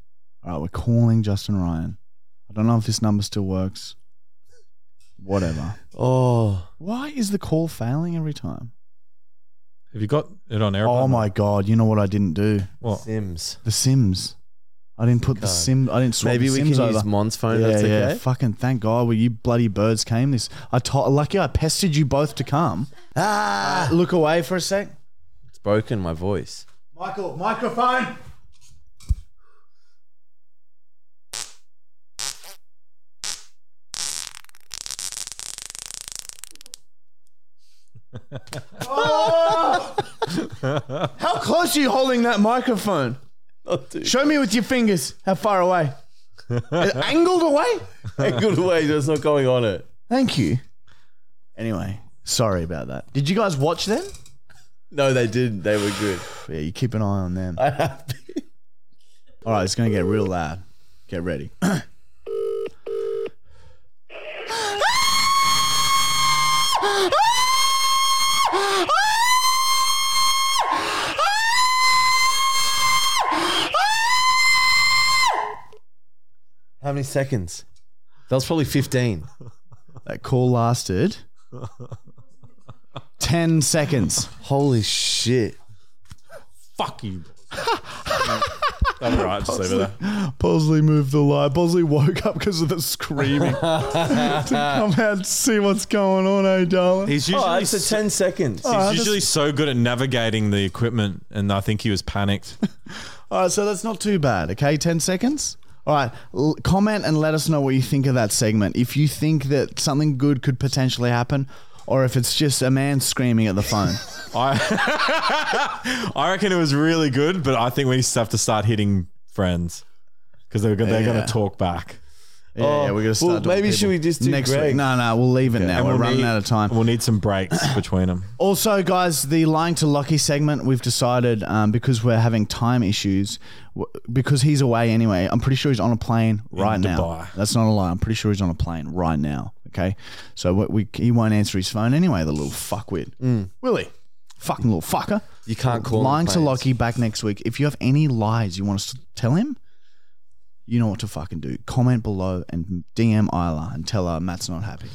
S1: All right, we're calling Justin Ryan. I don't know if this number still works. Whatever.
S3: Oh,
S1: Why is the call failing every time?
S2: Have you got it on airplane?
S1: Oh my god! You know what I didn't do?
S2: What?
S3: Sims.
S1: The Sims. I didn't put the
S3: God.
S1: Sim. I didn't swap
S3: Maybe
S1: the
S3: we
S1: Sims
S3: can
S1: over.
S3: use Mon's phone.
S1: yeah,
S3: that's okay.
S1: yeah. Fucking thank God, well, you bloody birds came. This I told. Lucky I pestered you both to come.
S3: Ah,
S1: Look away for a sec.
S3: it's broken my voice.
S4: Michael, microphone.
S1: How close are you holding that microphone? Show me with your fingers how far away. Uh, angled away?
S3: Good way, that's not going on it.
S1: Thank you. Anyway, sorry about that. Did you guys watch them?
S3: No, they didn't. They were good.
S1: Yeah, you keep an eye on them.
S3: I have
S1: All right, it's going to get real loud. Get ready.
S3: How many seconds? That was probably 15.
S1: That call lasted 10 seconds.
S3: Holy shit.
S2: Fuck you. I'm right. Just leave it there.
S1: Bosley moved the light. Bosley woke up because of the screaming. to come out and see what's going on, eh, darling?
S2: He's usually
S3: Oh, that's Oh, the
S2: so-
S3: 10 seconds.
S2: He's usually so good at navigating the equipment, and I think he was panicked.
S1: All right, so that's not too bad. Okay, 10 seconds. All right, l- comment and let us know what you think of that segment. If you think that something good could potentially happen, or if it's just a man screaming at the phone.
S2: I, I reckon it was really good, but I think we just have to start hitting friends because they're, gonna- they're
S1: Yeah.
S2: going to talk back.
S1: Yeah, yeah we're gonna start.
S3: Oh, well,
S1: talking
S3: maybe
S1: to
S3: should
S1: people.
S3: we just do
S1: next
S3: Greg?
S1: week? No, no, we'll leave it now.
S2: And
S1: We're
S2: we'll
S1: running
S2: need-
S1: out of time.
S2: We'll need some breaks between them.
S1: Also, guys, the lying to Lockie segment, we've decided um, because we're having time issues, w- because he's away anyway, I'm pretty sure he's on a plane right now.
S2: Dubai.
S1: That's not a lie. I'm pretty sure he's on a plane right now. Okay. So we, we, he won't answer his phone anyway, the little fuckwit. Will he? Fucking little fucker.
S3: Mm. You can't call
S1: lying
S3: them
S1: to
S3: planes.
S1: Lockie back next week. If you have any lies you want us to tell him, you know what to fucking do. Comment below and DM Isla and tell her Matt's not happy.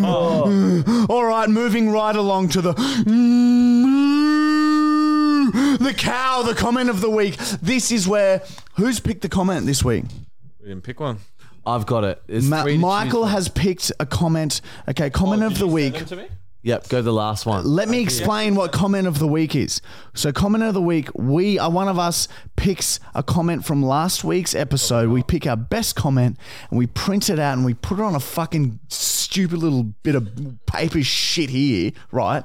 S1: All right, moving right along to the the cow, the comment of the week. This is where who's picked the comment this week?
S2: We didn't pick one.
S3: I've got it. It's
S1: Ma-
S3: three to
S1: Michael
S3: choose from.
S1: has picked a comment. Okay,
S3: Oh,
S1: comment of the week.
S3: Yep, go the last one.
S1: Let me explain what comment of the week is. So, comment of the week, we are one of us picks a comment from last week's episode. We pick our best comment and we print it out and we put it on a fucking stupid little bit of paper shit here, right?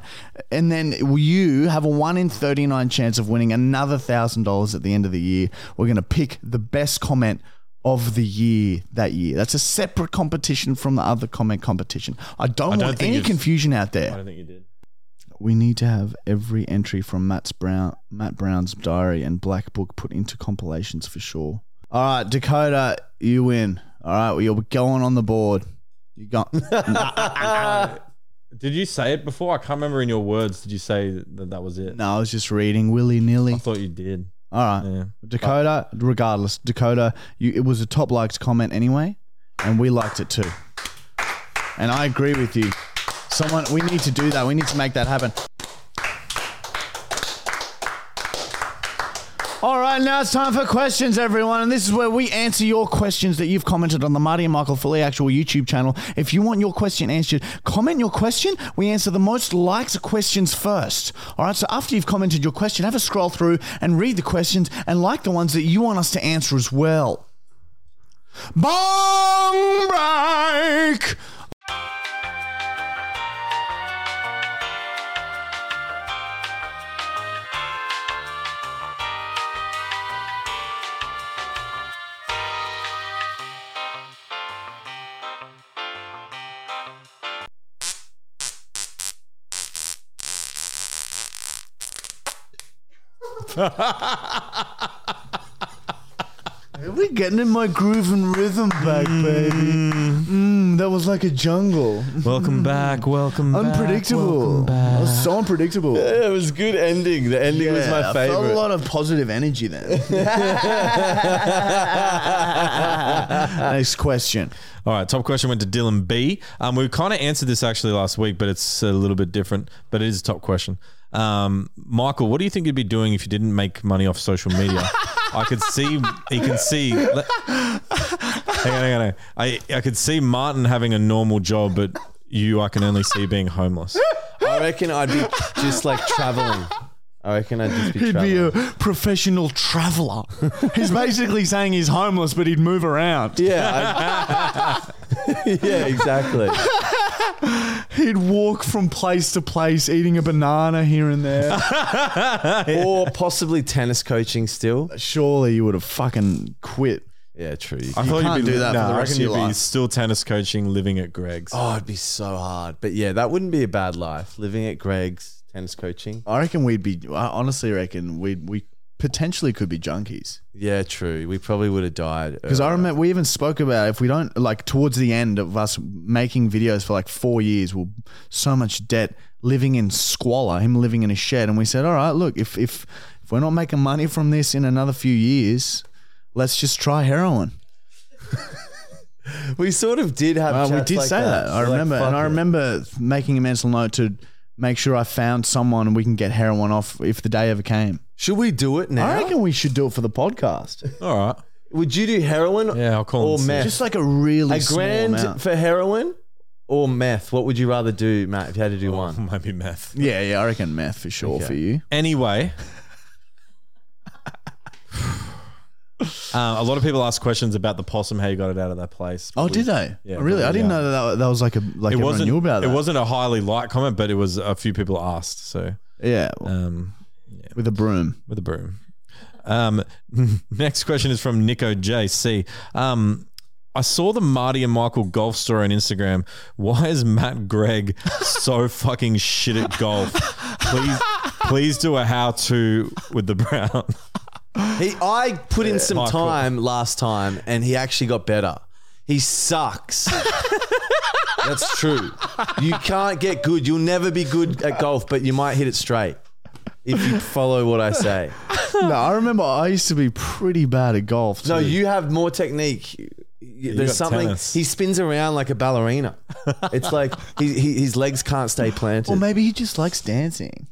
S1: And then you have a one in thirty nine chance of winning another thousand dollars at the end of the year. We're gonna pick the best comment of the year that year. That's a separate competition from the other comment competition. I don't
S2: don't
S1: want
S2: think
S1: any
S2: it's-
S1: confusion out
S2: I
S1: there
S2: don't think you did.
S1: we need to have every entry from Matt's Brown, Matt Brown's diary and black book put into compilations for sure. All right, Dakota, you win. All right, well, you're going on the board. You got
S2: Did you say it before? I can't remember in your words. Did you say that that was it?
S1: no. I was just reading willy nilly.
S2: I thought you did.
S1: All right,
S2: Yeah.
S1: Dakota. Regardless, Dakota, you, it was a top liked comment anyway, and we liked it too. And I agree with you. Someone, we need to do that. We need to make that happen. All right, now it's time for questions, everyone. And this is where we answer your questions that you've commented on the Marty and Michael Fully Actual YouTube channel. If you want your question answered, comment your question. We answer the most liked questions first. All right, so after you've commented your question, have a scroll through and read the questions and like the ones that you want us to answer as well. Bong break! We're getting in my groove and rhythm back, baby. Mm, that was like a jungle.
S2: Welcome back. Welcome
S1: Unpredictable. That was so unpredictable.
S3: It was good ending. The ending was
S1: Yeah,
S3: my
S1: I felt a
S3: favorite.
S1: lot of positive energy then. Next question.
S2: All right, top question went to Dylan B. Um, we kind of answered this actually last week, but it's a little bit different. But it is a top question. Um, Michael, what do you think you'd be doing if you didn't make money off social media? I could see, you can see. le- hang on, hang on. hang on. I, I could see Martin having a normal job, but you, I can only see being homeless.
S3: I reckon I'd be just like traveling. I reckon I'd just be
S1: He'd
S3: traveling.
S1: be a professional traveler. he's basically saying he's homeless, but he'd move around.
S3: yeah. I'd- yeah, exactly.
S1: He'd walk from place to place, eating a banana here and there.
S3: Or possibly tennis coaching still.
S1: Uh, Surely you would have fucking quit.
S3: Yeah, true.
S2: I thought
S1: can't
S2: you'd be
S1: do that for
S2: nah,
S1: the
S2: I
S1: rest
S2: reckon
S1: of your
S2: you'd be
S1: life.
S2: still tennis coaching, living at Greg's.
S3: Oh, it'd be so hard. But yeah, that wouldn't be a bad life. Living at Greg's, tennis coaching.
S1: I reckon we'd be. I honestly reckon we we potentially could be junkies.
S3: Yeah, true. We probably would have died.
S1: Because I remember we even spoke about if we don't like towards the end of us making videos for like four years, we'll so much debt, living in squalor, him living in a shed, and we said, all right, look, if if if we're not making money from this in another few years, let's just try heroin.
S3: we sort of did have.
S1: Uh, we
S3: chats
S1: did
S3: like
S1: say that. I
S3: We're like,
S1: remember,
S3: fuck
S1: and I
S3: it.
S1: remember making a mental note to make sure I found someone we can get heroin off if the day ever came.
S3: Should we do it now?
S1: I reckon we should do it for the podcast,
S2: All right.
S3: Would you do heroin?
S2: Yeah, I'll call
S3: or
S2: and see.
S3: meth.
S1: just like a really
S3: a
S1: small amount.
S3: grand for heroin or meth. What would you rather do, Matt? If you had to do one,
S2: Might be meth.
S1: yeah, yeah, I reckon meth for sure for you.
S2: Anyway, uh, a lot of people ask questions about the possum. How you got it out of that place?
S1: Oh,
S2: But we-
S1: did they?
S2: Yeah,
S1: really? I
S2: probably,
S1: didn't
S2: yeah.
S1: know that, that that was like a like
S2: It
S1: everyone
S2: wasn't.
S1: knew about that.
S2: It wasn't a highly liked comment, but it was a few people asked. So,
S1: Yeah,
S2: um,
S1: with a broom.
S2: with a broom. Um, next question is from Nico JC. Um, I saw the Marty and Michael golf story on Instagram. Why is Matt Gregg so fucking shit at golf? Please, please do a how to with the brown.
S3: he, I put in some
S2: Michael.
S3: time last time, and he actually got better. He sucks. That's true. You can't get good. You'll never be good at golf, but you might hit it straight if you follow what I say.
S1: no, I remember I used to be pretty bad at golf.
S3: No,
S1: too.
S3: you have more technique. Y- There's
S2: got
S3: something.
S2: tennis.
S3: He spins around like a ballerina. It's like he, he, his legs can't stay planted.
S1: or maybe he just likes dancing.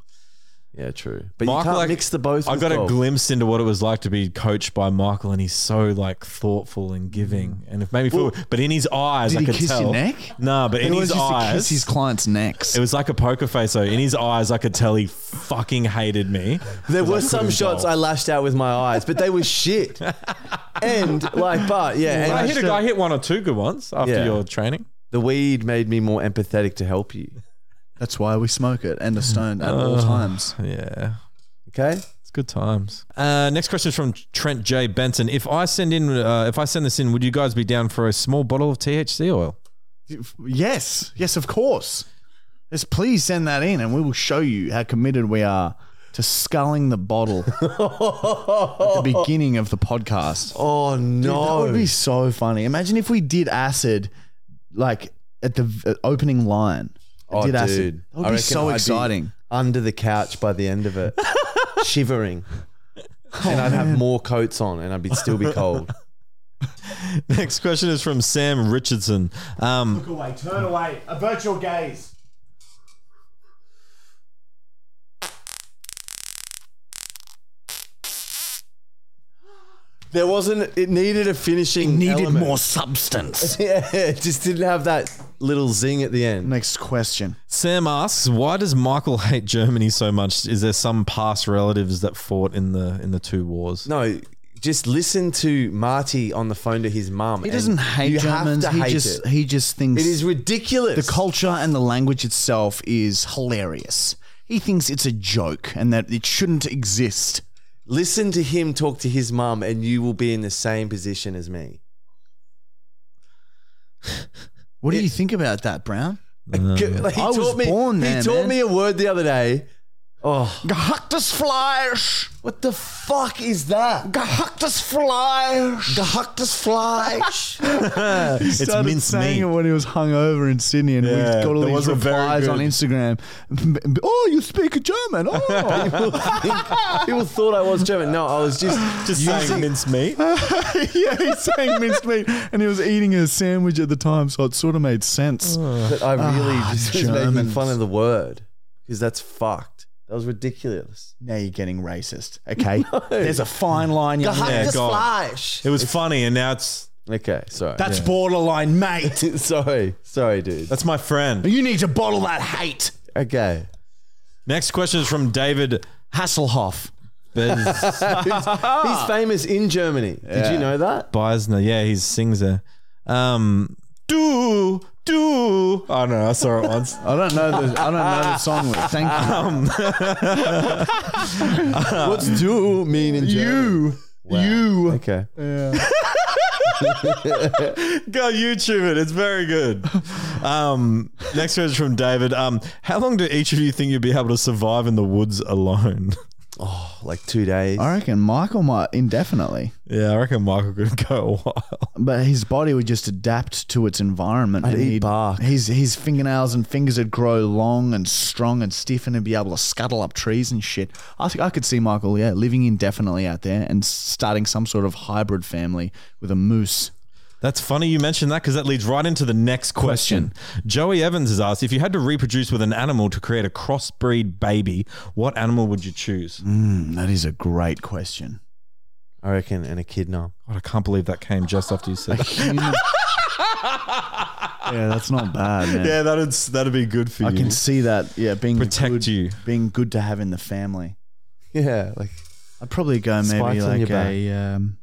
S3: Yeah, true. But
S2: Michael,
S3: you can't
S2: like-
S3: mix the both.
S2: I
S3: with
S2: got a
S3: golf.
S2: glimpse into what it was like to be coached by Michael, and he's so like thoughtful and giving, and it made me feel. but in his eyes,
S1: Did
S2: I
S1: he
S2: could
S1: kiss your
S2: tell.
S1: neck?
S2: No, but in
S1: He always
S2: his
S1: used to
S2: eyes,
S1: kiss his clients' necks.
S2: it was like a poker face. Though in his eyes, I could tell he fucking hated me.
S3: There were
S2: Because I
S3: some
S2: couldn't
S3: shots
S2: bowl.
S3: I lashed out with my eyes, but they were shit. and like, but yeah, and
S2: But I
S3: I
S2: hit a
S3: should-
S2: guy, I hit one or two good ones after
S3: Yeah.
S2: your training.
S3: the weed made me more empathetic to help you.
S1: That's why we smoke it and are stoned at all times.
S2: Yeah.
S3: Okay,
S2: It's good times. Uh, next question is from Trent J Benson. If I send in, uh, if I send this in, would you guys be down for a small bottle of THC oil?
S1: Yes, yes, of course. Yes, please send that in, and we will show you how committed we are to sculling the bottle at the beginning of the podcast.
S3: Oh
S1: That
S3: no!
S1: would be so funny. Imagine if we did acid, like at the v- opening line.
S3: Oh,
S1: did acid.
S3: dude.
S1: That would
S3: I
S1: be
S3: reckon
S1: so
S3: I'd be
S1: exciting.
S3: under the couch by the end of it, shivering, and I'd have more coats on, and I'd be, still be cold.
S2: Next question is from Sam Richardson. Um,
S4: Look away, turn away, avert your gaze.
S3: There wasn't. It needed a finishing. element.
S1: substance.
S3: Yeah, it just didn't have that little zing at the end.
S1: Next question.
S2: Sam asks, "Why does Michael hate Germany so much? Is there some past relatives that fought in the in the two wars?"
S3: No, just listen to Marty on the phone to his mum.
S1: He
S3: and
S1: doesn't hate
S3: you have
S1: Germans.
S3: to
S1: He
S3: hate
S1: just
S3: it.
S1: he just thinks
S3: it is ridiculous.
S1: the culture and the language itself is hilarious. He thinks it's a joke and that it shouldn't exist.
S3: listen to him talk to his mum, and you will be in the same position as me.
S1: What do you think about that, Brown?
S3: Like, he
S1: Mm. I was
S3: taught me,
S1: born
S3: He
S1: there,
S3: taught
S1: man.
S3: me a word the other day. Oh,
S1: Gehacktes Fleisch.
S3: What the fuck is that?
S1: Gehacktes Fleisch.
S3: Gehacktes Fleisch.
S2: It's
S1: started
S2: mince
S1: saying
S2: meat.
S1: it when he was hungover in Sydney, and
S2: Yeah,
S1: we got all
S2: that
S1: these
S2: wasn't very
S1: replies on
S2: good.
S1: Instagram. Oh, you speak German. Oh,
S3: People thought I was German. No, I was just
S2: Just saying mince meat.
S1: yeah, he's saying minced meat, and he was eating a sandwich at the time, so it sort of made sense.
S3: But I really
S1: Ah,
S3: just was making
S1: Germans.
S3: fun of the word because that's fucked. That was ridiculous.
S1: now you're getting racist. Okay, there's a fine line. Young man.
S2: Yeah, go on. It was funny, and now it's
S3: Okay, sorry.
S1: That's borderline, mate.
S3: sorry, sorry, dude.
S2: that's my friend.
S1: You need to bottle that hate,
S3: Okay.
S2: Next question is from David.
S1: Hasselhoff.
S2: Bez-
S1: Ah.
S3: He's famous in Germany. Did you know that?
S2: Beisner. Yeah, he sings there. Um, do do. I don't know. I saw it once.
S1: I don't know the I don't know the song. With. Thank you.
S3: What's do mean in German?
S1: you, you.
S3: Okay.
S2: Go YouTube it. It's very good. Um, next question is from David. Um, how long do each of you think you'll be able to survive in the woods alone?
S3: Like two days.
S1: I reckon Michael might indefinitely,
S2: yeah, I reckon Michael could go a while.
S1: but his body would just adapt to its environment.
S3: I'd
S1: and
S3: eat
S1: he'd-
S3: bark.
S1: His his fingernails and fingers would grow long and strong and stiff, and he'd be able to scuttle up trees and shit. I think I could see Michael, yeah, living indefinitely out there and starting some sort of hybrid family with a moose.
S2: That's funny you mentioned that because that leads right into the next question. Joey Evans has asked if you had to reproduce with an animal to create a crossbreed baby, what animal would you choose?
S1: Mm, that is a great question.
S3: I reckon an echidna.
S2: God, I can't believe that came just after you said that.
S1: Human- yeah, that's not bad, man.
S2: yeah, that'd that'd be good for
S1: I
S2: you.
S1: can see that. Yeah, being
S2: Protect
S1: good,
S2: you.
S1: being good to have in the family.
S3: Yeah, like
S1: I'd probably go maybe
S3: Spikes on your
S1: like
S3: back.
S1: a um,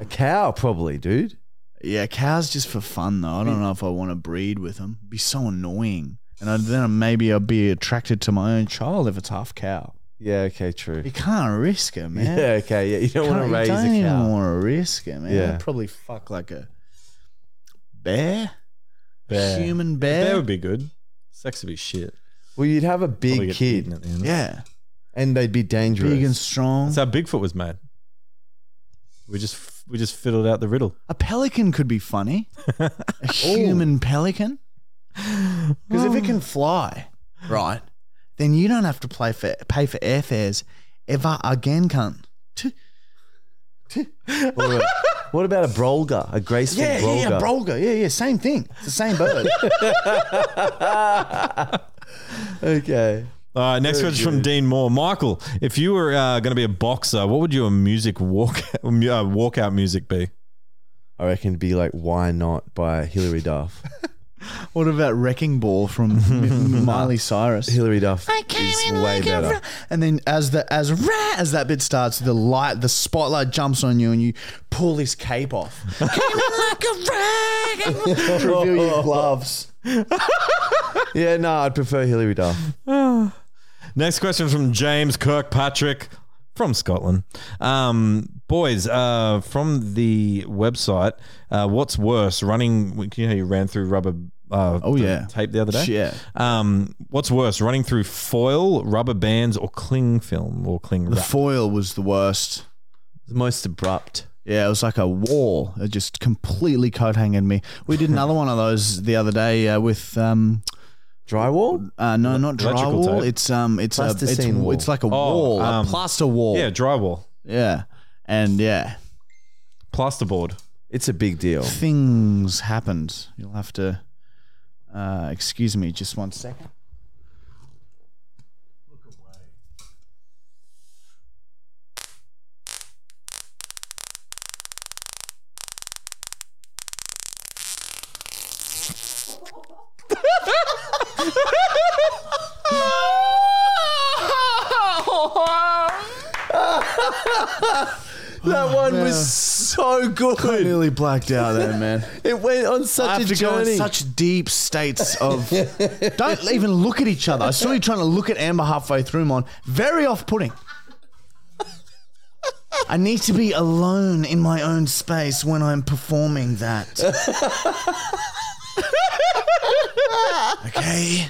S3: a cow, probably, dude.
S1: yeah, cows just for fun though. I don't know if I want to breed with them. It'd be so annoying, and I'd, then maybe I'd be attracted to my own child if it's half cow.
S3: Yeah, okay, true.
S1: You can't risk it, man.
S3: Yeah, okay, yeah. You don't want to
S1: Can't-
S3: raise
S1: you don't
S3: a
S1: even
S3: cow.
S1: want to risk it, man.
S3: Yeah.
S1: I'd probably fuck like a bear,
S2: Bear.
S1: human bear.
S2: Bear would be good. Sex would be shit.
S3: Well, you'd have a
S2: Probably
S3: big
S2: get eaten
S3: kid,
S2: at the end.
S1: yeah,
S3: and they'd be dangerous.
S1: big and strong.
S2: That's how Bigfoot was made. We just we just fiddled out the riddle.
S1: A pelican could be funny. A human pelican. Because if it can fly, right, then you don't have to play for, pay for airfares ever again, cunt. T-
S3: Or a- what about a brolga? A graceful
S1: Yeah, yeah,
S3: brolga?
S1: yeah, brolga. Yeah, yeah, same thing. It's the same bird.
S3: okay.
S2: All right, Uh, next question from Dean Moore. Michael, if you were uh, going to be a boxer, what would your music walk uh, walkout music be?
S3: I reckon it'd be like Why Not by Hilary Duff.
S1: What about Wrecking Ball from M- Miley Cyrus?
S3: Hilary Duff
S1: I came
S3: is
S1: in
S3: way
S1: like a
S3: better.
S1: ra- and then as the as ra- as that bit starts, the light, the spotlight jumps on you, and you pull this cape off. Oh. came in like a rag. Reveal your gloves.
S3: yeah, no, I'd prefer Hilary Duff.
S2: Next question from James Kirkpatrick from Scotland. Um, boys, uh, from the website, uh, what's worse, running? You know, how you ran through rubber. Uh,
S1: Oh,
S2: th-
S1: yeah.
S2: tape the other day.
S1: Yeah.
S2: Um, what's worse, running through foil, rubber bands, or cling film or cling
S1: The
S2: wrap?
S1: foil was the worst.
S3: The most abrupt.
S1: Yeah, it was like a wall. It just completely coat hanging me. We did another one of those the other day uh, with um,
S3: Drywall?
S1: uh, no, not
S2: Electrical
S1: drywall.
S2: tape.
S1: It's um, it's a, it's,
S3: Plasticine wall.
S1: it's like a wall,
S2: um,
S1: a plaster wall.
S2: yeah, drywall,
S1: yeah, and yeah,
S2: plasterboard.
S3: It's a big deal.
S1: things happened. You'll have to uh, excuse me just one second.
S3: That one
S1: Oh,
S3: was so
S1: I
S3: good.
S1: nearly blacked out there, man.
S3: It went on
S1: I
S3: such a
S1: have to go in
S3: journey.
S1: such deep states of don't even look at each other. I saw you trying to look at Amber halfway through mine. Very off putting. I need to be alone in my own space when I'm performing that. okay.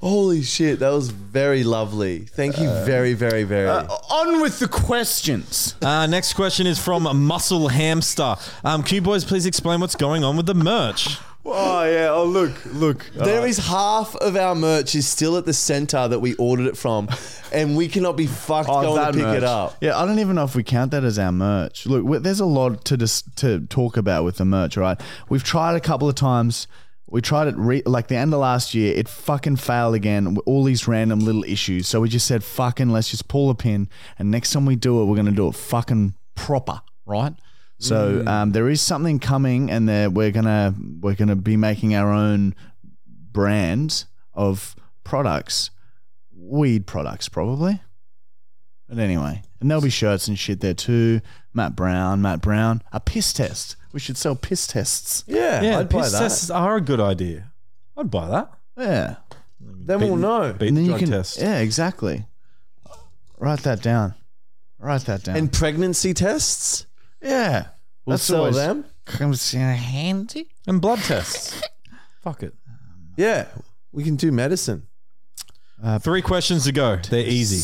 S3: Holy shit, that was very lovely. Thank you very, very, very.
S1: On with the questions.
S2: Uh, next question is from Muscle Hamster. Um, can you boys please explain what's going on with the merch?
S3: oh yeah. Oh look, look. There is half of our merch is still at the center that we ordered it from, and we cannot be fucked going to pick
S1: merch.
S3: it up.
S1: Yeah, I don't even know if we count that as our merch. Look, we- there's a lot to dis- to talk about with the merch, right? We've tried a couple of times. We tried it re- like the end of last year. It fucking failed again. with All these random little issues. So we just said, fucking, let's just pull a pin. And next time we do it, we're gonna do it fucking proper, right? So um, there is something coming, and there we're gonna we're gonna be making our own brand of products, weed products probably. But anyway, and there'll be shirts and shit there too. Matt Brown, Matt Brown, a piss test. We should sell piss tests.
S3: Yeah,
S2: Yeah,
S3: I'd buy
S2: piss
S3: that.
S2: tests are a good idea. I'd buy that.
S1: Yeah,
S3: then we'll know.
S2: Beat
S1: and then you
S2: the drug
S1: can.
S2: test.
S1: Yeah, exactly. Write that down. Write that down.
S3: And pregnancy tests.
S1: yeah,
S3: We'll sell
S1: always-
S3: them.
S1: comes in handy.
S2: and blood tests. Fuck it.
S3: Yeah, we can do medicine.
S1: Uh,
S2: Three questions to go. They're easy.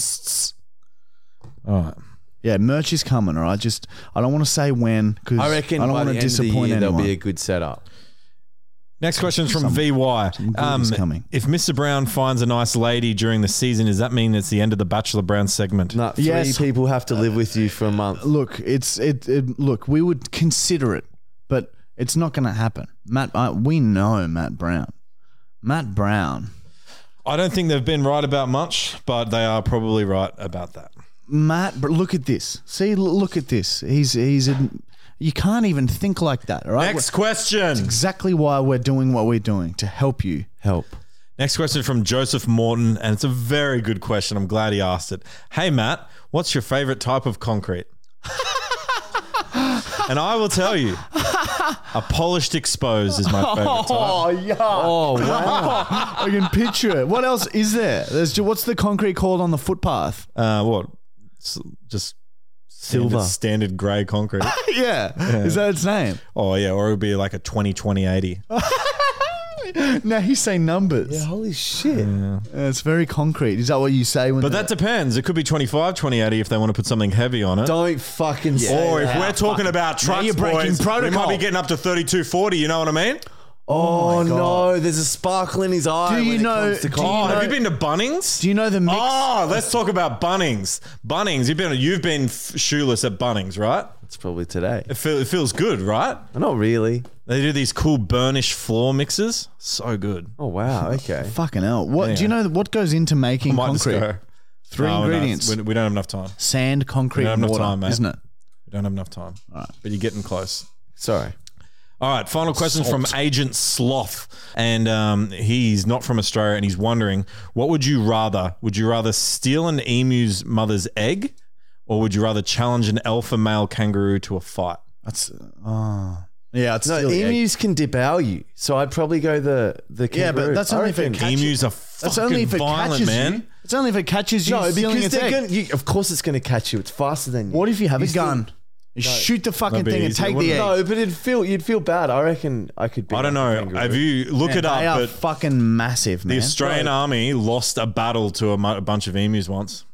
S2: All right.
S1: Yeah, merch is coming. All right, just I don't want to say when because
S3: I reckon
S1: I don't
S3: by
S1: want to
S3: the end of the
S1: disappoint
S3: year
S1: anyone.
S3: there'll be a good setup.
S2: Next question is from VY.
S1: good is coming.
S2: If Mr. Brown finds a nice lady during the season, does that mean it's the end of the Bachelor Brown segment?
S3: No, three
S1: Yes.
S3: people have to live with you for a month.
S1: look, it's it, it. Look, we would consider it, but it's not going to happen. Matt, I, we know Matt Brown. Matt Brown.
S2: I don't think they've been right about much, but they are probably right about that.
S1: Matt, but look at this. See, l- look at this. He's he's. A, you can't even think like that, all right?
S2: Next question.
S1: Exactly why we're doing what we're doing to help you.
S3: Help.
S2: Next question from Joseph Morton, and it's a very good question. I'm glad he asked it. Hey, Matt, what's your favorite type of concrete? and I will tell you, a polished expose is my favorite type.
S1: yeah! Oh wow! I can picture it. What else is there? There's ju- what's the concrete called on the footpath?
S2: Uh, what? S- just standard,
S3: Silver.
S2: standard grey concrete.
S1: yeah. is that its name?
S2: oh yeah, or it would be like a 20 20 80.
S1: Oh. Now he's saying numbers.
S3: Holy shit.
S1: Uh, it's very concrete. Is that what you say when?
S2: But
S1: the-
S2: that depends. It could be 25 20 80 if they want to put something heavy on it.
S3: Don't fucking say
S2: or if
S3: that.
S2: we're talking about
S1: Now
S2: trucks,
S1: you're breaking
S2: boys, we might
S1: protocol.
S2: be getting up to 32 40, you know what I mean?
S3: Oh, no, there's a sparkle in his eye.
S1: Do you
S3: when it
S1: know-
S3: comes to
S1: do
S3: coffee.
S2: Oh, have
S1: know-
S2: you been to Bunnings?
S1: Do you know the mix?
S2: Oh, let's talk about Bunnings. Bunnings, you've been you've been f- shoeless at Bunnings, right?
S3: It's probably today. Oh,
S2: It, feel, it feels good, right?
S3: Not really.
S2: They do these cool burnish floor mixes. So good.
S3: Oh wow. Okay.
S1: Fucking hell! What do you know? What goes into making
S2: Might just
S1: concrete?
S2: go.
S1: Three
S2: No, no,
S1: ingredients:
S2: it's- we, we don't have enough time.
S1: sand, concrete,
S2: We don't
S1: and
S2: have enough
S1: water,
S2: time, mate.
S1: isn't it?
S2: We don't have enough time. But you're getting close.
S3: Sorry.
S2: All right, final question from Agent Sloth, and um, he's not from Australia, and he's wondering, what would you rather? Would you rather steal an emu's mother's egg, or would you rather challenge an alpha male kangaroo to a fight?
S1: That's oh yeah. It's
S3: No,
S1: still the egg.
S3: emus can devour you, so I'd probably go the the kangaroo.
S1: Yeah, but that's
S3: I
S1: only if it
S3: reckon-
S1: catches-
S2: Emus are
S1: That's
S2: fucking
S1: only if it
S2: violent,
S1: catches
S2: man.
S1: you. It's only if it catches you.
S3: No,
S1: stealing
S3: because
S1: its
S3: they're
S1: egg.
S3: gonna, you, of course it's going to catch you. It's faster than you.
S1: What if you have a
S3: still-
S1: gun? You shoot the fucking
S2: That'd be
S1: thing and
S2: easier,
S1: take the
S2: wouldn't
S1: egg.
S2: it?
S3: No, but it'd feel you'd feel bad. I reckon I could. Be
S2: I don't know.
S3: a kangaroo.
S2: Have you look
S1: Man,
S2: it
S1: they
S2: up?
S1: are
S2: But
S1: fucking massive, man.
S2: the Australian army lost a battle to a, mu- a bunch of emus once.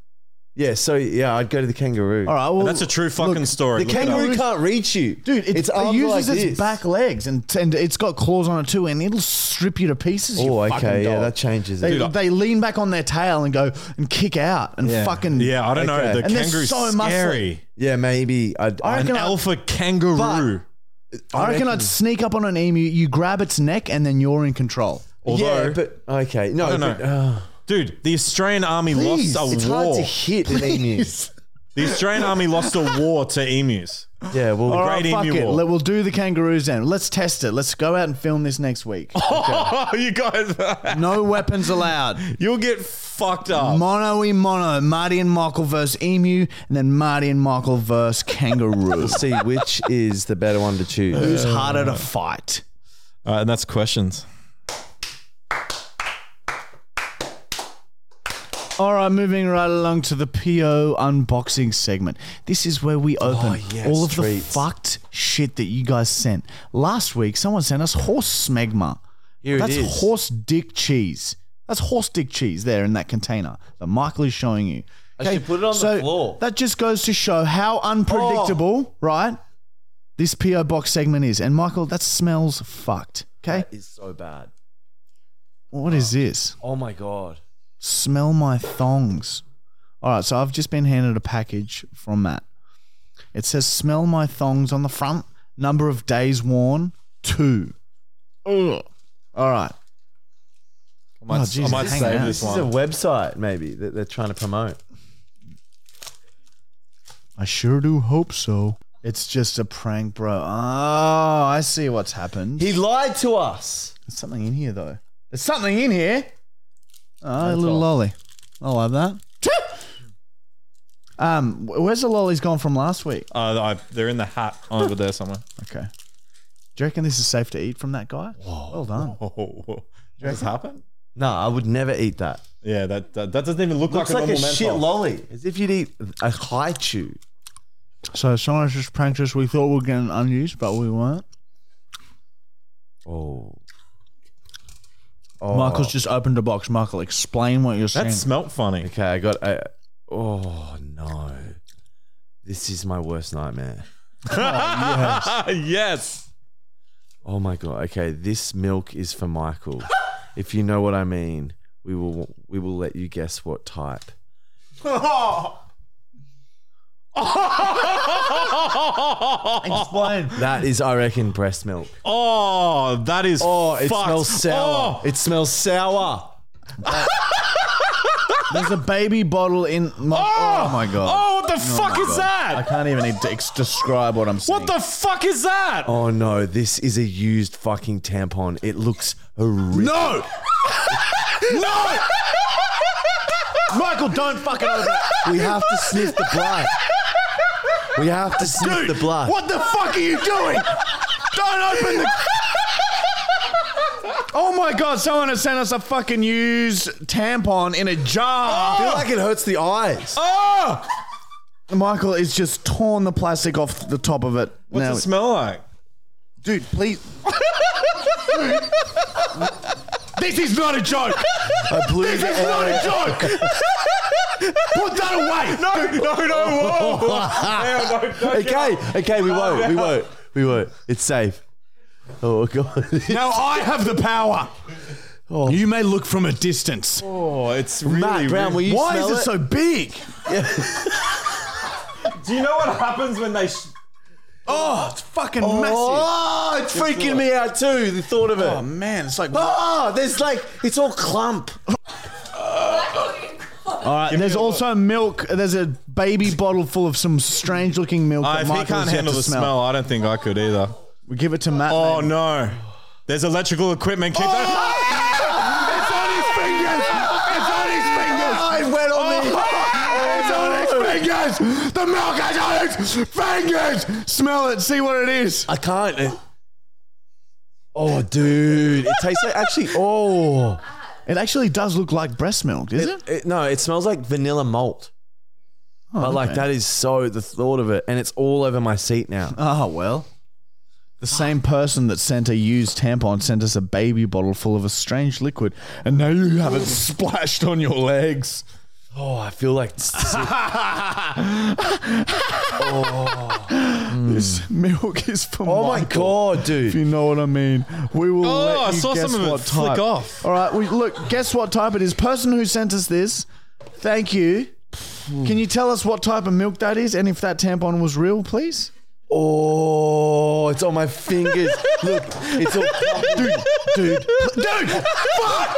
S3: Yeah. So yeah, I'd go to the kangaroo.
S1: All right, well,
S2: And that's a true fucking
S1: look,
S2: story.
S3: The
S2: Look it up.
S3: kangaroo can't reach you,
S1: Dude, it, it
S3: armed
S1: uses
S3: like
S1: its
S3: this.
S1: back legs and, and it's got claws on it too, and it'll strip you to pieces. you
S3: Oh,
S1: fucking
S3: okay. Yeah,
S1: dog.
S3: that changes
S1: They,
S3: it.
S2: Dude, I-
S1: they lean back on their tail and go and kick out and fucking.
S2: Yeah, I don't know.
S3: Okay.
S2: The
S1: And they're
S2: kangaroo's
S1: so muscly.
S2: scary.
S3: Yeah, maybe. I'd,
S1: I
S2: An
S1: reckon I-
S2: alpha kangaroo.
S1: I reckon I'd sneak up on an emu, you grab its neck, and then you're in control.
S2: Although,
S3: yeah, but okay. No,
S2: I don't know.
S3: but, uh,
S2: Dude, the Australian army
S1: Please,
S2: lost a
S3: it's
S2: war.
S3: hard to hit an emu.
S2: The Australian army lost a war to emus.
S3: Yeah, well,
S1: All
S2: Great
S1: right, Oh, fuck
S2: emu
S1: it.
S2: war.
S1: Let- We'll do the kangaroos then. Let's test it. Let's go out and film this next week.
S2: Oh, you guys,
S1: no weapons allowed.
S2: you'll get fucked up.
S1: Mono e mono. Marty and Michael versus emu, and then Marty and Michael versus kangaroo.
S3: see which is the better one to choose.
S1: Who's harder to fight?
S2: All right, and that's questions.
S1: All right, moving right along to the PO unboxing segment. This is where we open all of
S3: treats.
S1: the fucked shit that you guys sent. Last week, someone sent us horse smegma.
S3: Here it
S1: That's
S3: is.
S1: horse dick cheese. That's horse dick cheese there in that container that Michael is showing you.
S3: I should put it on the
S1: so
S3: floor. Oh.
S1: That just goes to show how unpredictable, right? This PO box segment is. And Michael, that smells fucked. Okay,
S3: Is so bad.
S1: what is this?
S3: Oh my god.
S1: Smell my thongs. All right, so I've just been handed a package from Matt. It says, Smell my thongs on the front, number of days worn, two. Ugh. All right.
S2: I might,
S1: Oh, Jesus,
S2: I might
S1: hang
S2: save
S1: on.
S2: this
S3: This is
S2: one.
S3: a website, maybe that they're trying to promote.
S1: I sure do hope so. It's just a prank, bro. Oh, I see what's happened.
S3: He lied to us.
S1: There's something in here, though. There's something in here. Oh, a little lolly. I'll have that. um, wh- where's the lollies gone from last week?
S2: Uh, I, they're in the hat over there somewhere.
S1: Okay. Do you reckon this is safe to eat from that guy? Whoa. Well done.
S2: Oh, whoa, whoa. Did this happen?
S3: No, I would never eat that.
S2: Yeah, that, that that doesn't even look
S3: Looks
S2: like
S3: like,
S2: a
S3: a
S2: normal
S3: shit
S2: menthol.
S3: lolly. As if you'd eat a haichu.
S1: So someone just pranked us. We thought we were getting unused, but we weren't.
S3: Oh.
S1: Michael's just opened a box. Michael, explain what you're saying.
S2: That smelt funny.
S3: Okay, I got. I, oh no, this is my worst nightmare.
S2: yes.
S3: Oh my god. Okay, this milk is for Michael. if you know what I mean, we will we will let you guess what type.
S1: explain.
S3: That is, I reckon, breast milk.
S2: Oh, that is.
S3: Oh, it
S2: fucked.
S3: smells
S2: Oh,
S3: sour. It smells sour.
S1: There's a baby bottle in. My, oh, my god!
S2: oh, what the fuck is
S1: I
S2: that?
S1: can't even ex- describe what I'm saying.
S2: What the fuck is that?
S3: Oh no, this is a used fucking tampon. It looks horrific.
S2: No. no.
S1: Michael, don't fucking open it.
S3: We have to sniff the blood. We have to sniff the blood.
S1: What the fuck are you doing? Don't open the. Oh my god! Someone has sent us a fucking used tampon in a jar.
S3: I feel like it hurts the eyes.
S2: Oh.
S1: Michael is just torn the plastic off the top of it.
S2: What's it smell like?
S1: Dude, please. this is not a joke.
S3: I blew the
S1: This is not a joke. Put that away.
S2: No, no, no, whoa.
S3: Okay, okay, we won't, we won't, we won't. It's safe. Oh god.
S1: Now I have the power. You may look from a distance.
S2: Oh, it's really.
S3: Matt Brown, were you
S1: Why is
S3: smell
S1: it, so big?
S2: Do you know what happens when they? Sh-
S1: Oh, it's fucking
S3: Oh, it's freaking me out too. The thought of it.
S1: massive. Oh man, it's like
S3: Oh, there's like it's all clump.
S1: All right, there's also milk. There's a baby bottle full of some strange looking milk.
S2: Uh,
S1: that
S2: if he
S1: Michael has
S2: can't
S1: yet
S2: handle
S1: to
S2: the smell. I don't think I could either.
S1: We give it to Matt.
S2: Oh
S1: man.
S2: no! There's electrical equipment. Keep
S3: Oh!
S2: that.
S1: It's on his fingers! It's on his fingers! Oh, it went on me! It's on his fingers! The milk is on his fingers! Smell it, see what it is.
S3: I can't. It- Oh, dude, it tastes like actually. Oh,
S1: It actually does look like breast milk, is it?
S3: It- no, it smells like vanilla malt. but like that is so the thought of it, and it's all over my seat now.
S1: Oh, well. The same person that sent a used tampon sent us a baby bottle full of a strange liquid, and now you have it splashed on your legs.
S3: Oh, I feel like oh sick.
S1: This milk is for
S3: oh my
S1: Michael.
S3: god,
S1: If
S3: dude.
S1: you know what I mean, we will.
S2: Oh,
S1: let you
S2: I saw
S1: guess
S2: some of it
S1: what
S2: flick
S1: type.
S2: off.
S1: All right, we, look. Guess what type it is? Person who sent us this. Thank you. Can you tell us what type of milk that is, and if that tampon was real, please?
S3: Oh, it's on my fingers. Look, it's all.
S1: Dude, dude, pl- dude! Fuck!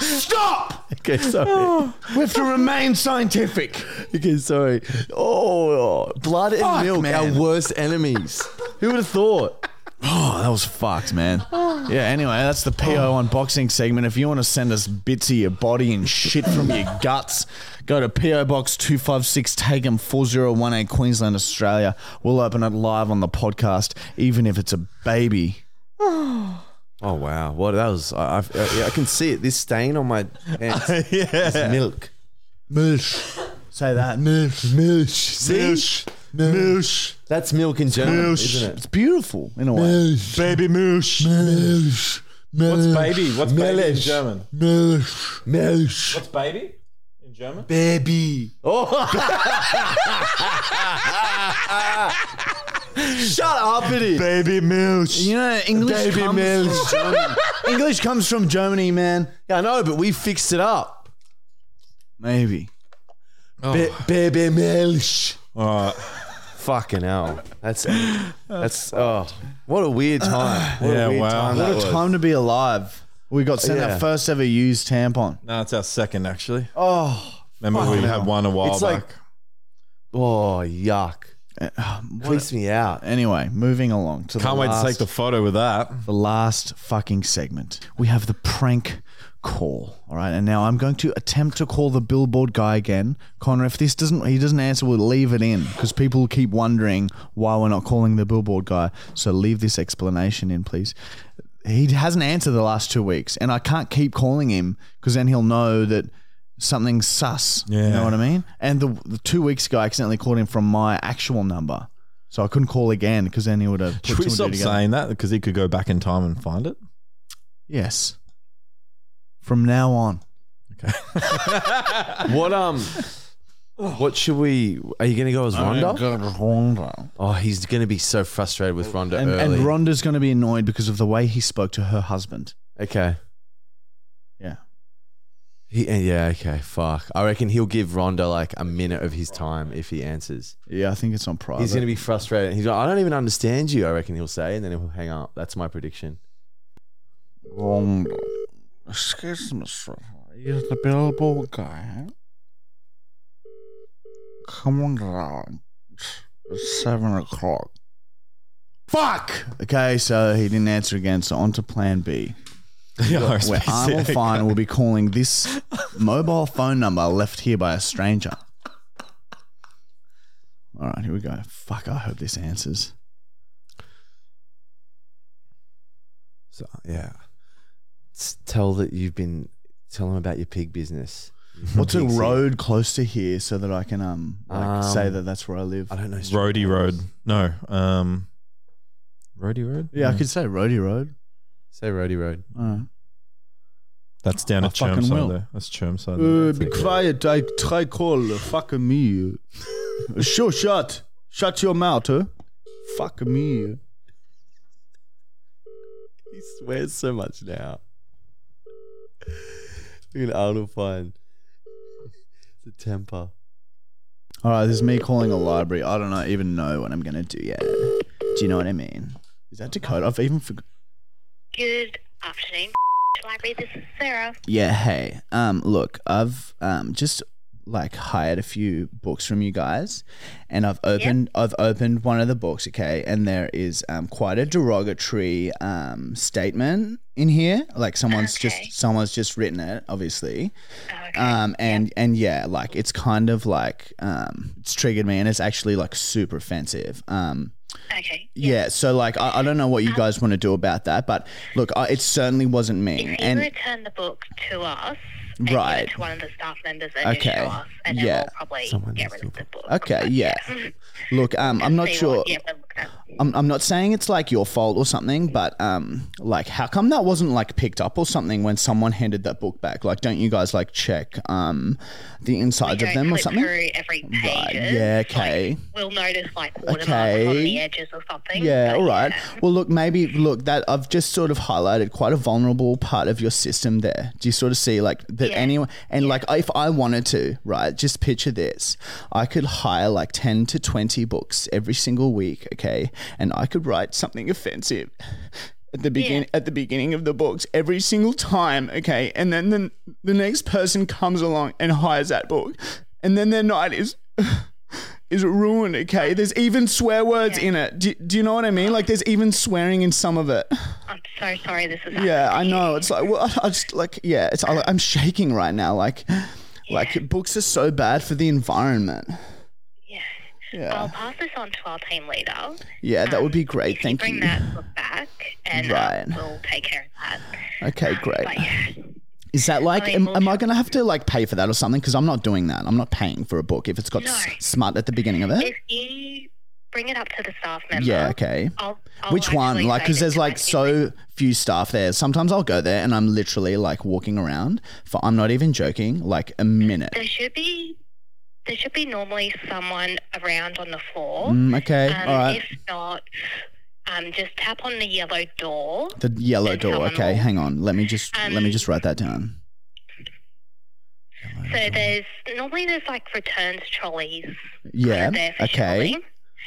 S1: Stop!
S3: Okay, sorry.
S1: We have to remain scientific.
S3: Okay, sorry. Oh, blood and
S1: Fuck,
S3: milk,
S1: man.
S3: our worst enemies. Who would have thought?
S1: Oh, that was fucked, man. Yeah. Anyway, that's the PO unboxing segment. If you want to send us bits of your body and shit from your guts, go to PO Box two five six Taken four zero one eight Queensland, Australia. We'll open it live on the podcast, even if it's a baby.
S3: Oh wow, what that was! I, I, yeah, I can see it. This stain on my pants.
S2: yeah.
S3: milk.
S1: Mish. Say that. Mish.
S3: Milch. See?
S2: Moosh. Moosh.
S3: That's milk in German, isn't it?
S1: It's beautiful in a way.
S2: Baby moosh.
S3: Milch.
S2: What's baby? What's baby in
S3: Milch.
S2: German?
S3: Milch. Milch.
S2: What's baby in German?
S3: Baby. Oh. Shut up, idiot.
S2: Baby moosh.
S1: You know, English
S3: Baby
S1: comes
S3: milk.
S1: from Germany. English comes from Germany, man.
S3: Yeah, I know, but we fixed it up.
S1: Maybe.
S3: Ba- baby milch.
S2: Oh. All right.
S3: Fucking hell. That's that's oh what a weird time. What
S2: Yeah,
S3: a weird
S2: wow.
S3: time
S1: What
S3: that
S1: a
S3: was.
S1: time to be alive. We got sent
S3: Yeah.
S1: our first ever used tampon.
S2: No, it's our second actually.
S3: Oh,
S2: Remember we had one a while
S3: It's like-
S2: back.
S3: oh yuck. Creeps me out.
S1: Anyway, moving along to
S2: Can't
S1: the,
S2: wait
S1: last,
S2: to take the photo with that.
S1: the last fucking segment. We have the prank call. All right, and now I'm going to attempt to call the billboard guy again, Connor. If this doesn't, he doesn't answer, we'll leave it in because people keep wondering why we're not calling the billboard guy. So leave this explanation in, please. He hasn't answered the last two weeks, and I can't keep calling him because then he'll know that something's sus. You
S2: Yeah.
S1: know what I mean? And the, the two weeks ago, I accidentally called him from my actual number. So I couldn't call again because then he would have. put
S2: Should we
S1: two and
S2: stop
S1: two together.
S2: saying that because he could go back in time and find it?
S1: Yes. From now on.
S3: What um what should we are you gonna go as Rondo?
S1: Rhonda.
S3: Oh, he's gonna be so frustrated with Rondo
S1: And, and
S3: early.
S1: Rhonda's going to be annoyed because of the way he spoke to her husband.
S3: okay.
S1: Yeah.
S3: He, yeah, okay, fuck. I reckon he'll give Rondo like a minute of his time if he answers.
S1: Yeah, I think it's on private.
S3: He's going to be frustrated. He's like, I don't even understand you, I reckon he'll say, and then he'll hang up. That's my prediction.
S1: Rhonda. Excuse me, sir. You're the billboard guy. Come on down. It's seven o'clock. Fuck! Okay, so he didn't answer again, so on to plan B.
S2: yeah, I
S1: where
S2: suppose,
S1: Arnold
S2: yeah.
S1: Fine will be calling this mobile phone number left here by a stranger. All right, here we go. Fuck, I hope this answers.
S3: So, yeah. S- Tell that you've been, tell him about your pig business.
S1: What's a
S3: Pixie.
S1: road close to here so that I can um, like,
S3: Um,
S1: say that that's where I live?
S3: I don't know.
S2: Roadie Road. No. Um Roadie Road? Mm.
S1: yeah, I could say Roadie Road.
S3: Say roadie road.
S1: All right.
S2: That's down
S1: I
S2: at
S1: fucking will.
S2: Chermside there. That's Chermside.
S1: Uh, be
S2: there.
S1: quiet. I try call. Fuck me. sure, shut. Shut your mouth, huh? Fuck me.
S3: He swears so much now. Look at Arnold Fine. The temper.
S1: All right, this is me calling a library. I don't know, even know what I'm gonna do yet. Do you know what I mean? Is that Dakota? I've even forgot.
S6: Good afternoon, library. This is Sarah.
S1: Yeah. Hey. Um. Look, I've um just like hired a few books from you guys, and I've opened I've opened one of the books. Okay, and there is um quite a derogatory um statement in here. Like someone's
S6: Okay.
S1: just someone's just written it, obviously.
S6: Oh, okay.
S1: Um, and and yeah, like it's kind of like um, it's triggered me, and it's actually like super offensive. Um,
S6: okay.
S1: yeah, so like I, I don't know what you guys want to do about that, but look, I, it certainly wasn't
S6: If
S1: me.
S6: you
S1: And
S6: return the book to us, and give it
S1: Right.
S6: to one of the staff members that okay.
S1: Okay.
S6: us, and then
S1: Yeah.
S6: we'll probably
S3: Someone
S6: get
S3: needs
S6: rid
S3: to
S6: of the book.
S1: okay, yeah, look, um, I'm not
S6: See
S1: sure.
S6: What, yeah, we'll look at it.
S1: I'm, I'm not saying it's like your fault or something, but um, like how come that wasn't like picked up or something when someone handed that book back? Like, don't you guys like check um the insides of
S6: Don't
S1: them or
S6: flip
S1: something?
S6: Through every pages.
S1: Right, yeah, okay.
S6: Like, we'll notice like watermarks on
S1: Okay.
S6: the edges or something.
S1: Yeah,
S6: but
S1: all right.
S6: yeah.
S1: Well, look, maybe look that I've just sort of highlighted quite a vulnerable part of your system there. Do you sort of see like that
S6: Yeah.
S1: anyone and like if I wanted to, right? Just picture this. I could hire like 10 to 20 books every single week, okay? And I could write something offensive at the begin at the beginning of the books every single time, okay? And then the, the next person comes along and hires that book. And then their night is is ruined, okay? There's even swear words in it. Do, do you know what I mean? Like, there's even swearing in some of it.
S6: I'm so sorry. This is
S1: Yeah, I know. It's like, well, I just, like, yeah, it's, I- I'm shaking right now. Like, like books are so bad for the environment.
S6: Yeah.
S1: Yeah.
S6: I'll pass this on to our team leader.
S1: Yeah, that would be great.
S6: If
S1: Thank
S6: bring
S1: you.
S6: that book back, and uh,
S1: Right.
S6: we'll take care of that.
S1: Okay, great.
S6: But yeah,
S1: Is that like,
S6: mean,
S1: am,
S6: we'll
S1: am I
S6: have
S1: going to have to, like, pay for that or something? Because I'm not doing that. I'm not paying for a book if it's got
S6: No.
S1: s- smut at the beginning of it.
S6: if you bring it up to the staff member,
S1: Uh. Yeah, okay.
S6: I'll, I'll
S1: Which one?
S6: actually
S1: Like,
S6: say
S1: because
S6: that
S1: there's
S6: to my
S1: like
S6: team
S1: so few staff there. Sometimes I'll go there and I'm literally like walking around for, I'm not even joking, like a minute.
S6: There should be there should be normally someone around on the floor.
S1: Mm, okay,
S6: Um,
S1: all right.
S6: If not, um, just tap on the yellow door.
S1: The yellow
S6: if
S1: door.
S6: someone
S1: Okay,
S6: will-
S1: hang on. Let me just let me
S6: Um,
S1: just write that down.
S6: So there's normally there's like returns trolleys.
S1: Yeah.
S6: that are there for
S1: Okay.
S6: shopping,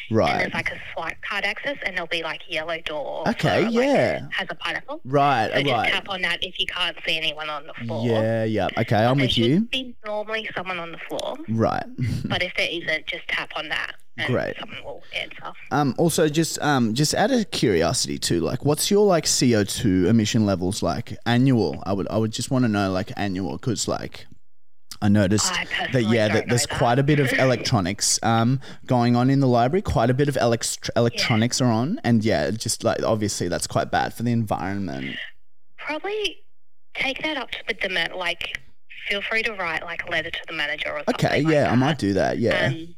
S6: And
S1: Right.
S6: there's like a swipe card access, and there'll be like yellow door.
S1: Okay,
S6: for, like,
S1: yeah.
S6: has a pineapple.
S1: Right.
S6: So just
S1: Right.
S6: tap on that if you can't see anyone on the floor.
S1: Yeah. Yeah. Okay, I'm
S6: There
S1: with
S6: should
S1: you.
S6: be normally someone on the floor,
S1: Right.
S6: but if there isn't, just tap on that. And
S1: Great.
S6: Someone will answer.
S1: Um. Also, just um, just out of curiosity too, like, what's your like CO two emission levels like annual? I would I would just want to know like annual because like. I noticed
S6: I
S1: that
S6: personally
S1: yeah,
S6: don't
S1: that there's
S6: know that.
S1: quite a bit of electronics um, going on in the library. Quite a bit of elect- electronics are on, and yeah, just like obviously that's quite bad for the environment.
S6: Probably take that up with the man. Like, feel free to write like a letter to the manager or something.
S1: Okay,
S6: like
S1: yeah,
S6: that.
S1: I might do that. Yeah.
S6: Oh, Um,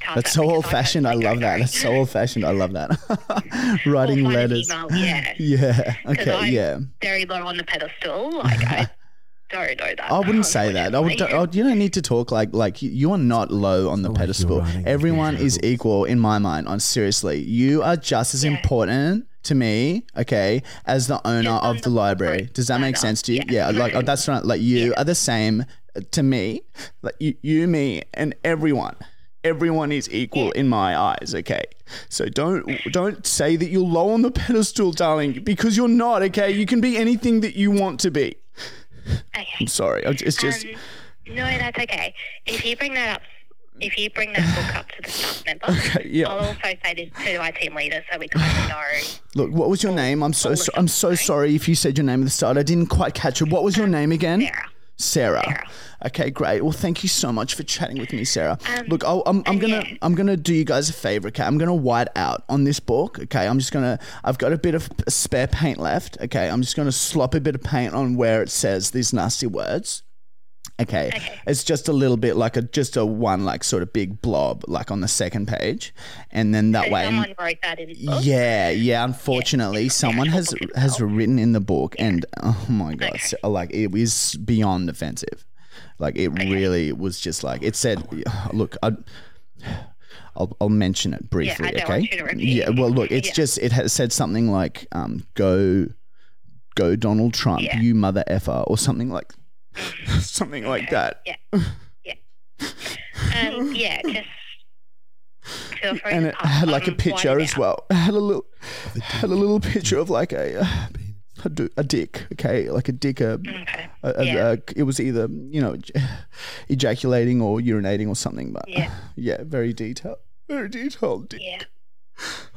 S6: pass
S1: That's
S6: that
S1: so
S6: because I
S1: old fashioned. I
S6: personally
S1: love
S6: don't
S1: that.
S6: know.
S1: That's so
S6: Or
S1: old fashioned. I love that. Writing
S6: find an
S1: letters.
S6: email, Yeah,
S1: Yeah. Okay.
S6: I'm-
S1: yeah.
S6: very low on the pedestal. Like, I don't know that.
S1: I wouldn't say that. I would. I
S6: unfortunately.
S1: would- you don't need to talk like like you- you are not low on the
S3: like you're
S1: pedestal.
S3: running
S1: Everyone
S3: against
S1: is equal in my mind. On seriously, you are just as important to me. Okay, as the owner
S6: Just on
S1: of the
S6: the
S1: library.
S6: front
S1: Does that make
S6: burner,
S1: sense to you? Yeah.
S6: yeah.
S1: like oh, that's right. Like you are the same to me. Like you, you, me, and everyone. Everyone is equal in my eyes. Okay, so don't don't say that you're low on the pedestal, darling, because you're not. Okay, you can be anything that you want to be.
S6: Okay.
S1: I'm sorry. I- It's just.
S6: Um, no, that's okay. If you bring that up, if you bring that book up to the staff member,
S1: Okay, yeah.
S6: I'll also say this to our team leader so we kind of know.
S1: Look, what was your name? I'm so, so I'm so sorry if you said your name at the start. I didn't quite catch it. What was your name again?
S6: Sarah.
S1: Sarah.
S6: Sarah.
S1: Okay, great. Well, thank you so much for chatting with me, Sarah. Look, I'll, I'm, I'm
S6: Um, and
S1: gonna
S6: yeah.
S1: I'm gonna do you guys a favor. Okay, I'm gonna white out on this book. Okay, I'm just gonna I've got a bit of spare paint left. Okay, I'm just gonna slop a bit of paint on where it says these nasty words. Okay. It's just a little bit like a just a one like sort of big blob like on the second page, and then that
S6: So
S1: way.
S6: someone wrote that in the book.
S1: Yeah, yeah. Unfortunately, someone has has written in the book, and oh my god, so, like it was beyond offensive. Like it really was just like it said. Look, I, I'll I'll mention it briefly.
S6: don't
S1: okay.
S6: want you to repeat.
S1: yeah. Well, look, it's
S6: Yeah.
S1: just it has said something like um, go go Donald Trump,
S6: Yeah.
S1: you mother effer, or something like something like that.
S6: Yeah. Yeah. Um, yeah, just feel free
S1: And
S6: to
S1: it
S6: pass
S1: had like a
S6: on
S1: picture
S6: one
S1: as
S6: out.
S1: well. It had a little had a little picture of like a uh, a, du- a dick, okay, like a dick, a,
S6: Okay.
S1: a, a-
S6: Yeah.
S1: a- it was either you know ej- ejaculating or urinating or something, but
S6: Yeah.
S1: yeah, very detailed, very detailed dick
S6: Yeah.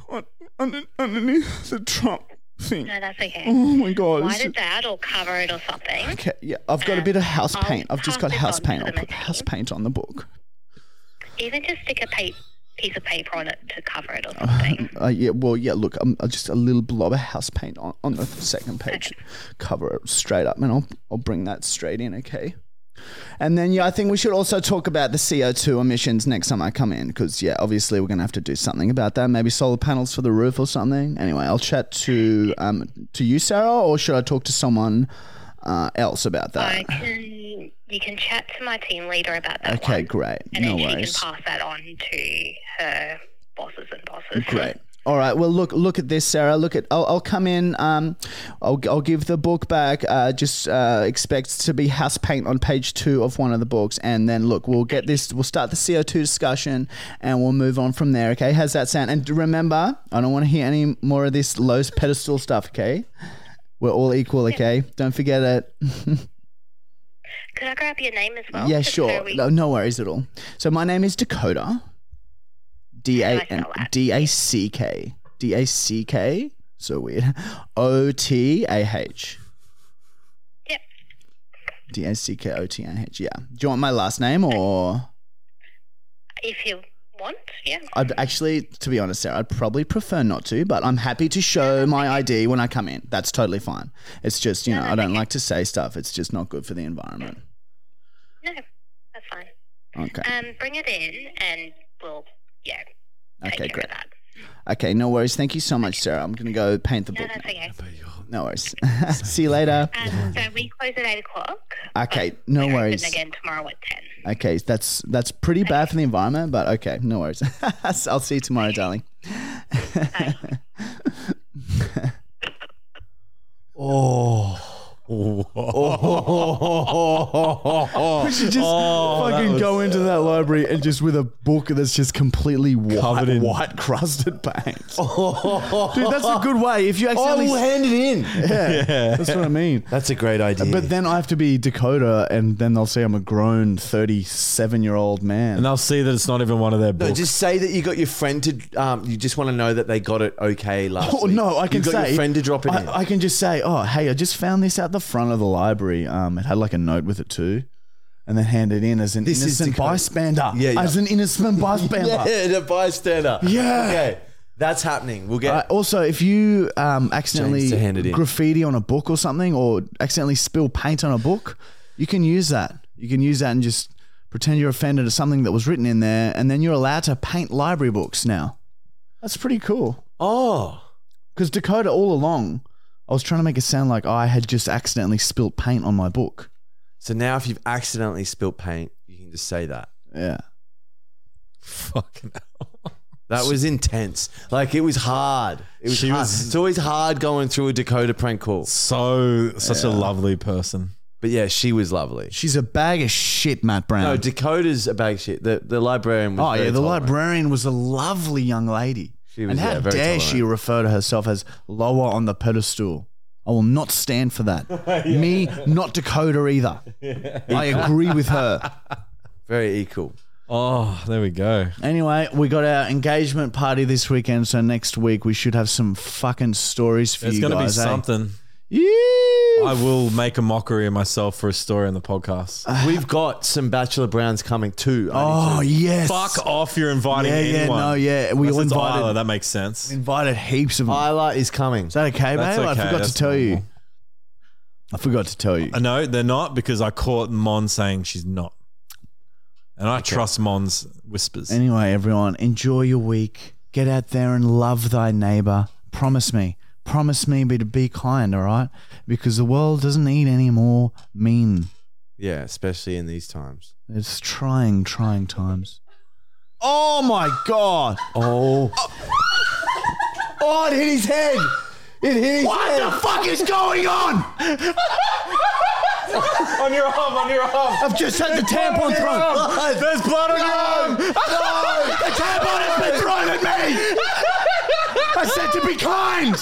S1: on, under, underneath the Trump thing.
S6: No, that's okay.
S1: Oh my god!
S6: Why
S1: it's
S6: did
S1: just-
S6: that or cover it or something?
S1: Okay, yeah, I've got a
S6: Um,
S1: bit of house
S6: I'll
S1: paint. I've just
S6: pass
S1: got
S6: this
S1: house
S6: on to
S1: paint.
S6: the
S1: I'll put
S6: next
S1: house
S6: team.
S1: paint on the book.
S6: Even just stick a pa- piece of paper on it to cover it or something.
S1: Uh, yeah, well, yeah. Look, um, uh, just a little blob of house paint on, on the second page. Cover it straight up, and I'll I'll bring that straight in. Okay. And then yeah, I think we should also talk about the CO two emissions next time I come in, because yeah, obviously we're gonna have to do something about that. Maybe solar panels for the roof or something. Anyway, I'll chat to um to you, Sarah, or should I talk to someone uh, else about
S6: I
S1: that?
S6: can. You can chat to my team leader about that.
S1: Okay,
S6: one,
S1: great.
S6: And
S1: no
S6: then she
S1: worries.
S6: can pass that on to her bosses and bosses.
S1: Great. All right. Well, look look at this, Sarah. Look at. I'll, I'll come in. Um, I'll, I'll give the book back. Uh, just uh, expect to be house paint on page two of one of the books, and then look, we'll get this. We'll start the CO two discussion, and we'll move on from there. Okay? How's that sound? And remember, I don't want to hear any more of this low pedestal stuff. Okay? We're all equal. Okay? Don't forget it.
S6: Could I grab your name as well?
S1: yeah,
S6: Just so
S1: sure.
S6: Oh. we-
S1: No, no worries at all. So my name is Dakota. D A
S6: I spell that?
S1: D A C K. D A C K. So weird. O T A H.
S6: Yep.
S1: D A C K O T A H. Yeah. Do you want my last name or
S6: If you want, yeah.
S1: I'd actually to be honest, Sarah, I'd probably prefer not to, but I'm happy to show my ID when I come in. That's totally fine. It's just, you know, I don't like to say stuff. It's just not good for the environment.
S6: No, that's fine.
S1: Okay.
S6: Um, bring it in, and we'll yeah take
S1: Okay,
S6: care
S1: great.
S6: of that.
S1: Okay, no worries. Thank you so much, Sarah. I'm gonna go paint the
S6: No,
S1: book.
S6: that's okay.
S1: No worries. See you later.
S6: Um, so we close at eight o'clock.
S1: Okay,
S6: but
S1: no
S6: we're open
S1: worries.
S6: Again tomorrow at ten.
S1: Okay, that's that's pretty bad for the environment, but okay, no worries. I'll see you tomorrow, darling.
S2: Oh,
S1: You just fucking go into that library and just with a book that's just completely white,
S2: Covered in-
S1: white crusted paint. Dude, that's a good way. If you
S3: Oh,
S1: accidentally,
S3: we'll hand it in.
S1: yeah, that's what I mean.
S3: That's a great idea.
S1: But then I have to be Dakota, and then they'll say I'm a grown 37 year old man.
S2: and they'll see that it's not even one of their books.
S3: No, just say that you got your friend to. Um, you just want to know that they got it okay last
S1: Oh
S3: week.
S1: no, I can
S3: you got
S1: say
S3: your friend to drop it
S1: I,
S3: in.
S1: I can just say, oh hey, I just found this out the front of the library. Um, it had like a note with it too, and then hand it in as an
S3: This is
S1: innocent
S3: Dakota.
S1: bystander.
S3: Yeah, yeah.
S1: as an innocent bystander.
S3: yeah, the bystander.
S1: Yeah.
S3: Okay, that's happening. We'll get.
S1: Uh, also, if you um,
S3: James to hand it
S1: accidentally
S3: in.
S1: graffiti on a book or something, or accidentally spill paint on a book, you can use that. You can use that and just pretend you're offended at something that was written in there, and then you're allowed to paint library books now. That's pretty cool.
S3: oh,
S1: Because Dakota, all along, I was trying to make it sound like I had just accidentally spilt paint on my book.
S3: so now if you've accidentally spilt paint, you can just say that.
S1: Yeah.
S2: fucking hell.
S3: That was intense. Like it was hard. It was
S2: She
S3: hard.
S2: was-
S3: It's always hard going through a Dakota prank call.
S2: So such a lovely person.
S3: But yeah, she was lovely.
S1: She's a bag of shit, Matt Brown.
S3: No, Dakota's a bag of shit. The the librarian. Was
S1: oh,
S3: very
S1: yeah. The
S3: tolerant.
S1: librarian was a lovely young lady.
S3: She was,
S1: and how
S3: yeah,
S1: dare
S3: very
S1: she
S3: tolerant.
S1: refer to herself as lower on the pedestal? I will not stand for that. Me, not Dakota either. I agree with her.
S3: Very equal.
S2: Oh, there we go.
S1: Anyway, we got our engagement party this weekend, so next week we should have some fucking stories for
S2: It's
S1: you
S2: going to be
S1: guys. eh?
S2: something.
S1: Yeah.
S2: I will make a mockery of myself for a story on the podcast.
S3: We've got some Bachelor Browns coming too.
S1: Oh yes.
S2: Fuck off! You're inviting
S1: Yeah, yeah,
S2: anyone.
S1: no, yeah. We
S2: Unless
S1: all
S2: it's
S1: invited-
S2: Isla, that makes sense.
S1: Invited heaps of them.
S3: Isla is coming.
S1: Is that okay, babe?
S2: That's
S1: I
S2: okay,
S1: forgot to
S2: that's
S1: tell you.
S2: normal.
S1: I forgot to tell you.
S2: Uh, No, they're not because I caught Mon saying she's not, and I trust Mon's whispers.
S1: Anyway, everyone, enjoy your week. Get out there and love thy neighbor. Promise me. Promise me be to be kind, all right? Because the world doesn't need any more mean.
S3: Yeah, especially in these times.
S1: It's trying, trying times. Oh my god!
S3: Oh.
S1: Oh, it hit his head!
S3: It hit his
S1: What the fuck is going on?
S2: on your arm, on your arm.
S1: I've just had the tampon thrown.
S2: There's blood on your arm.
S1: The tampon has been thrown at me. I said to be kind.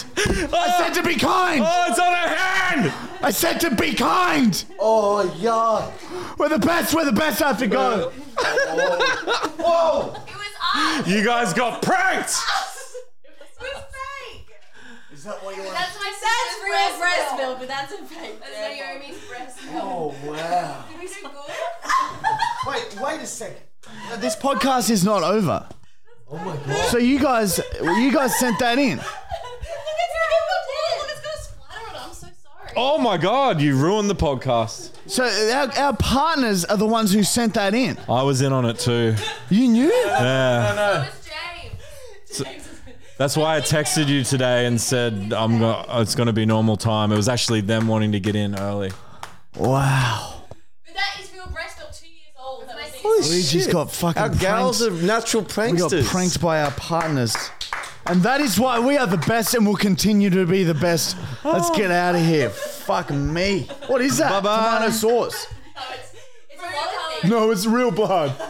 S1: I said to be kind.
S2: Oh, it's on her hand.
S1: I said to be kind.
S3: Oh, yuck.
S1: We're the best. We're the best. I have to go.
S3: Whoa.
S2: You guys got pranked.
S4: Is that what you want?
S9: That's my that's real breast milk, but that's a fake. That's Naomi's breast milk.
S4: Oh, wow.
S9: Did we do good?
S4: Wait, wait a second.
S1: This podcast is not over.
S3: Oh, my God.
S1: So you guys, you guys sent that in.
S9: Look, it's gonna splatter on it. I'm so sorry.
S2: Oh my god, you ruined the podcast.
S1: So our, our partners are the ones who sent that in.
S2: I was in on it too.
S1: You knew?
S2: Yeah.
S9: It was James. James is-
S2: That's why I texted you today and said I'm go- it's going to be normal time. It was actually them wanting to get in early.
S1: Wow.
S9: But that is real breast milk, two years old. That was it.
S3: Holy
S1: We just
S3: shit.
S1: got fucking
S3: Our gals are
S1: pranked.
S3: natural pranksters.
S1: We got pranked by our partners. And that is why we are the best and will continue to be the best. Let's get out of here. Fuck me. What is that?
S2: Bye-bye.
S1: Tomato sauce.
S9: It's a lot of things.
S1: No, it's real blood.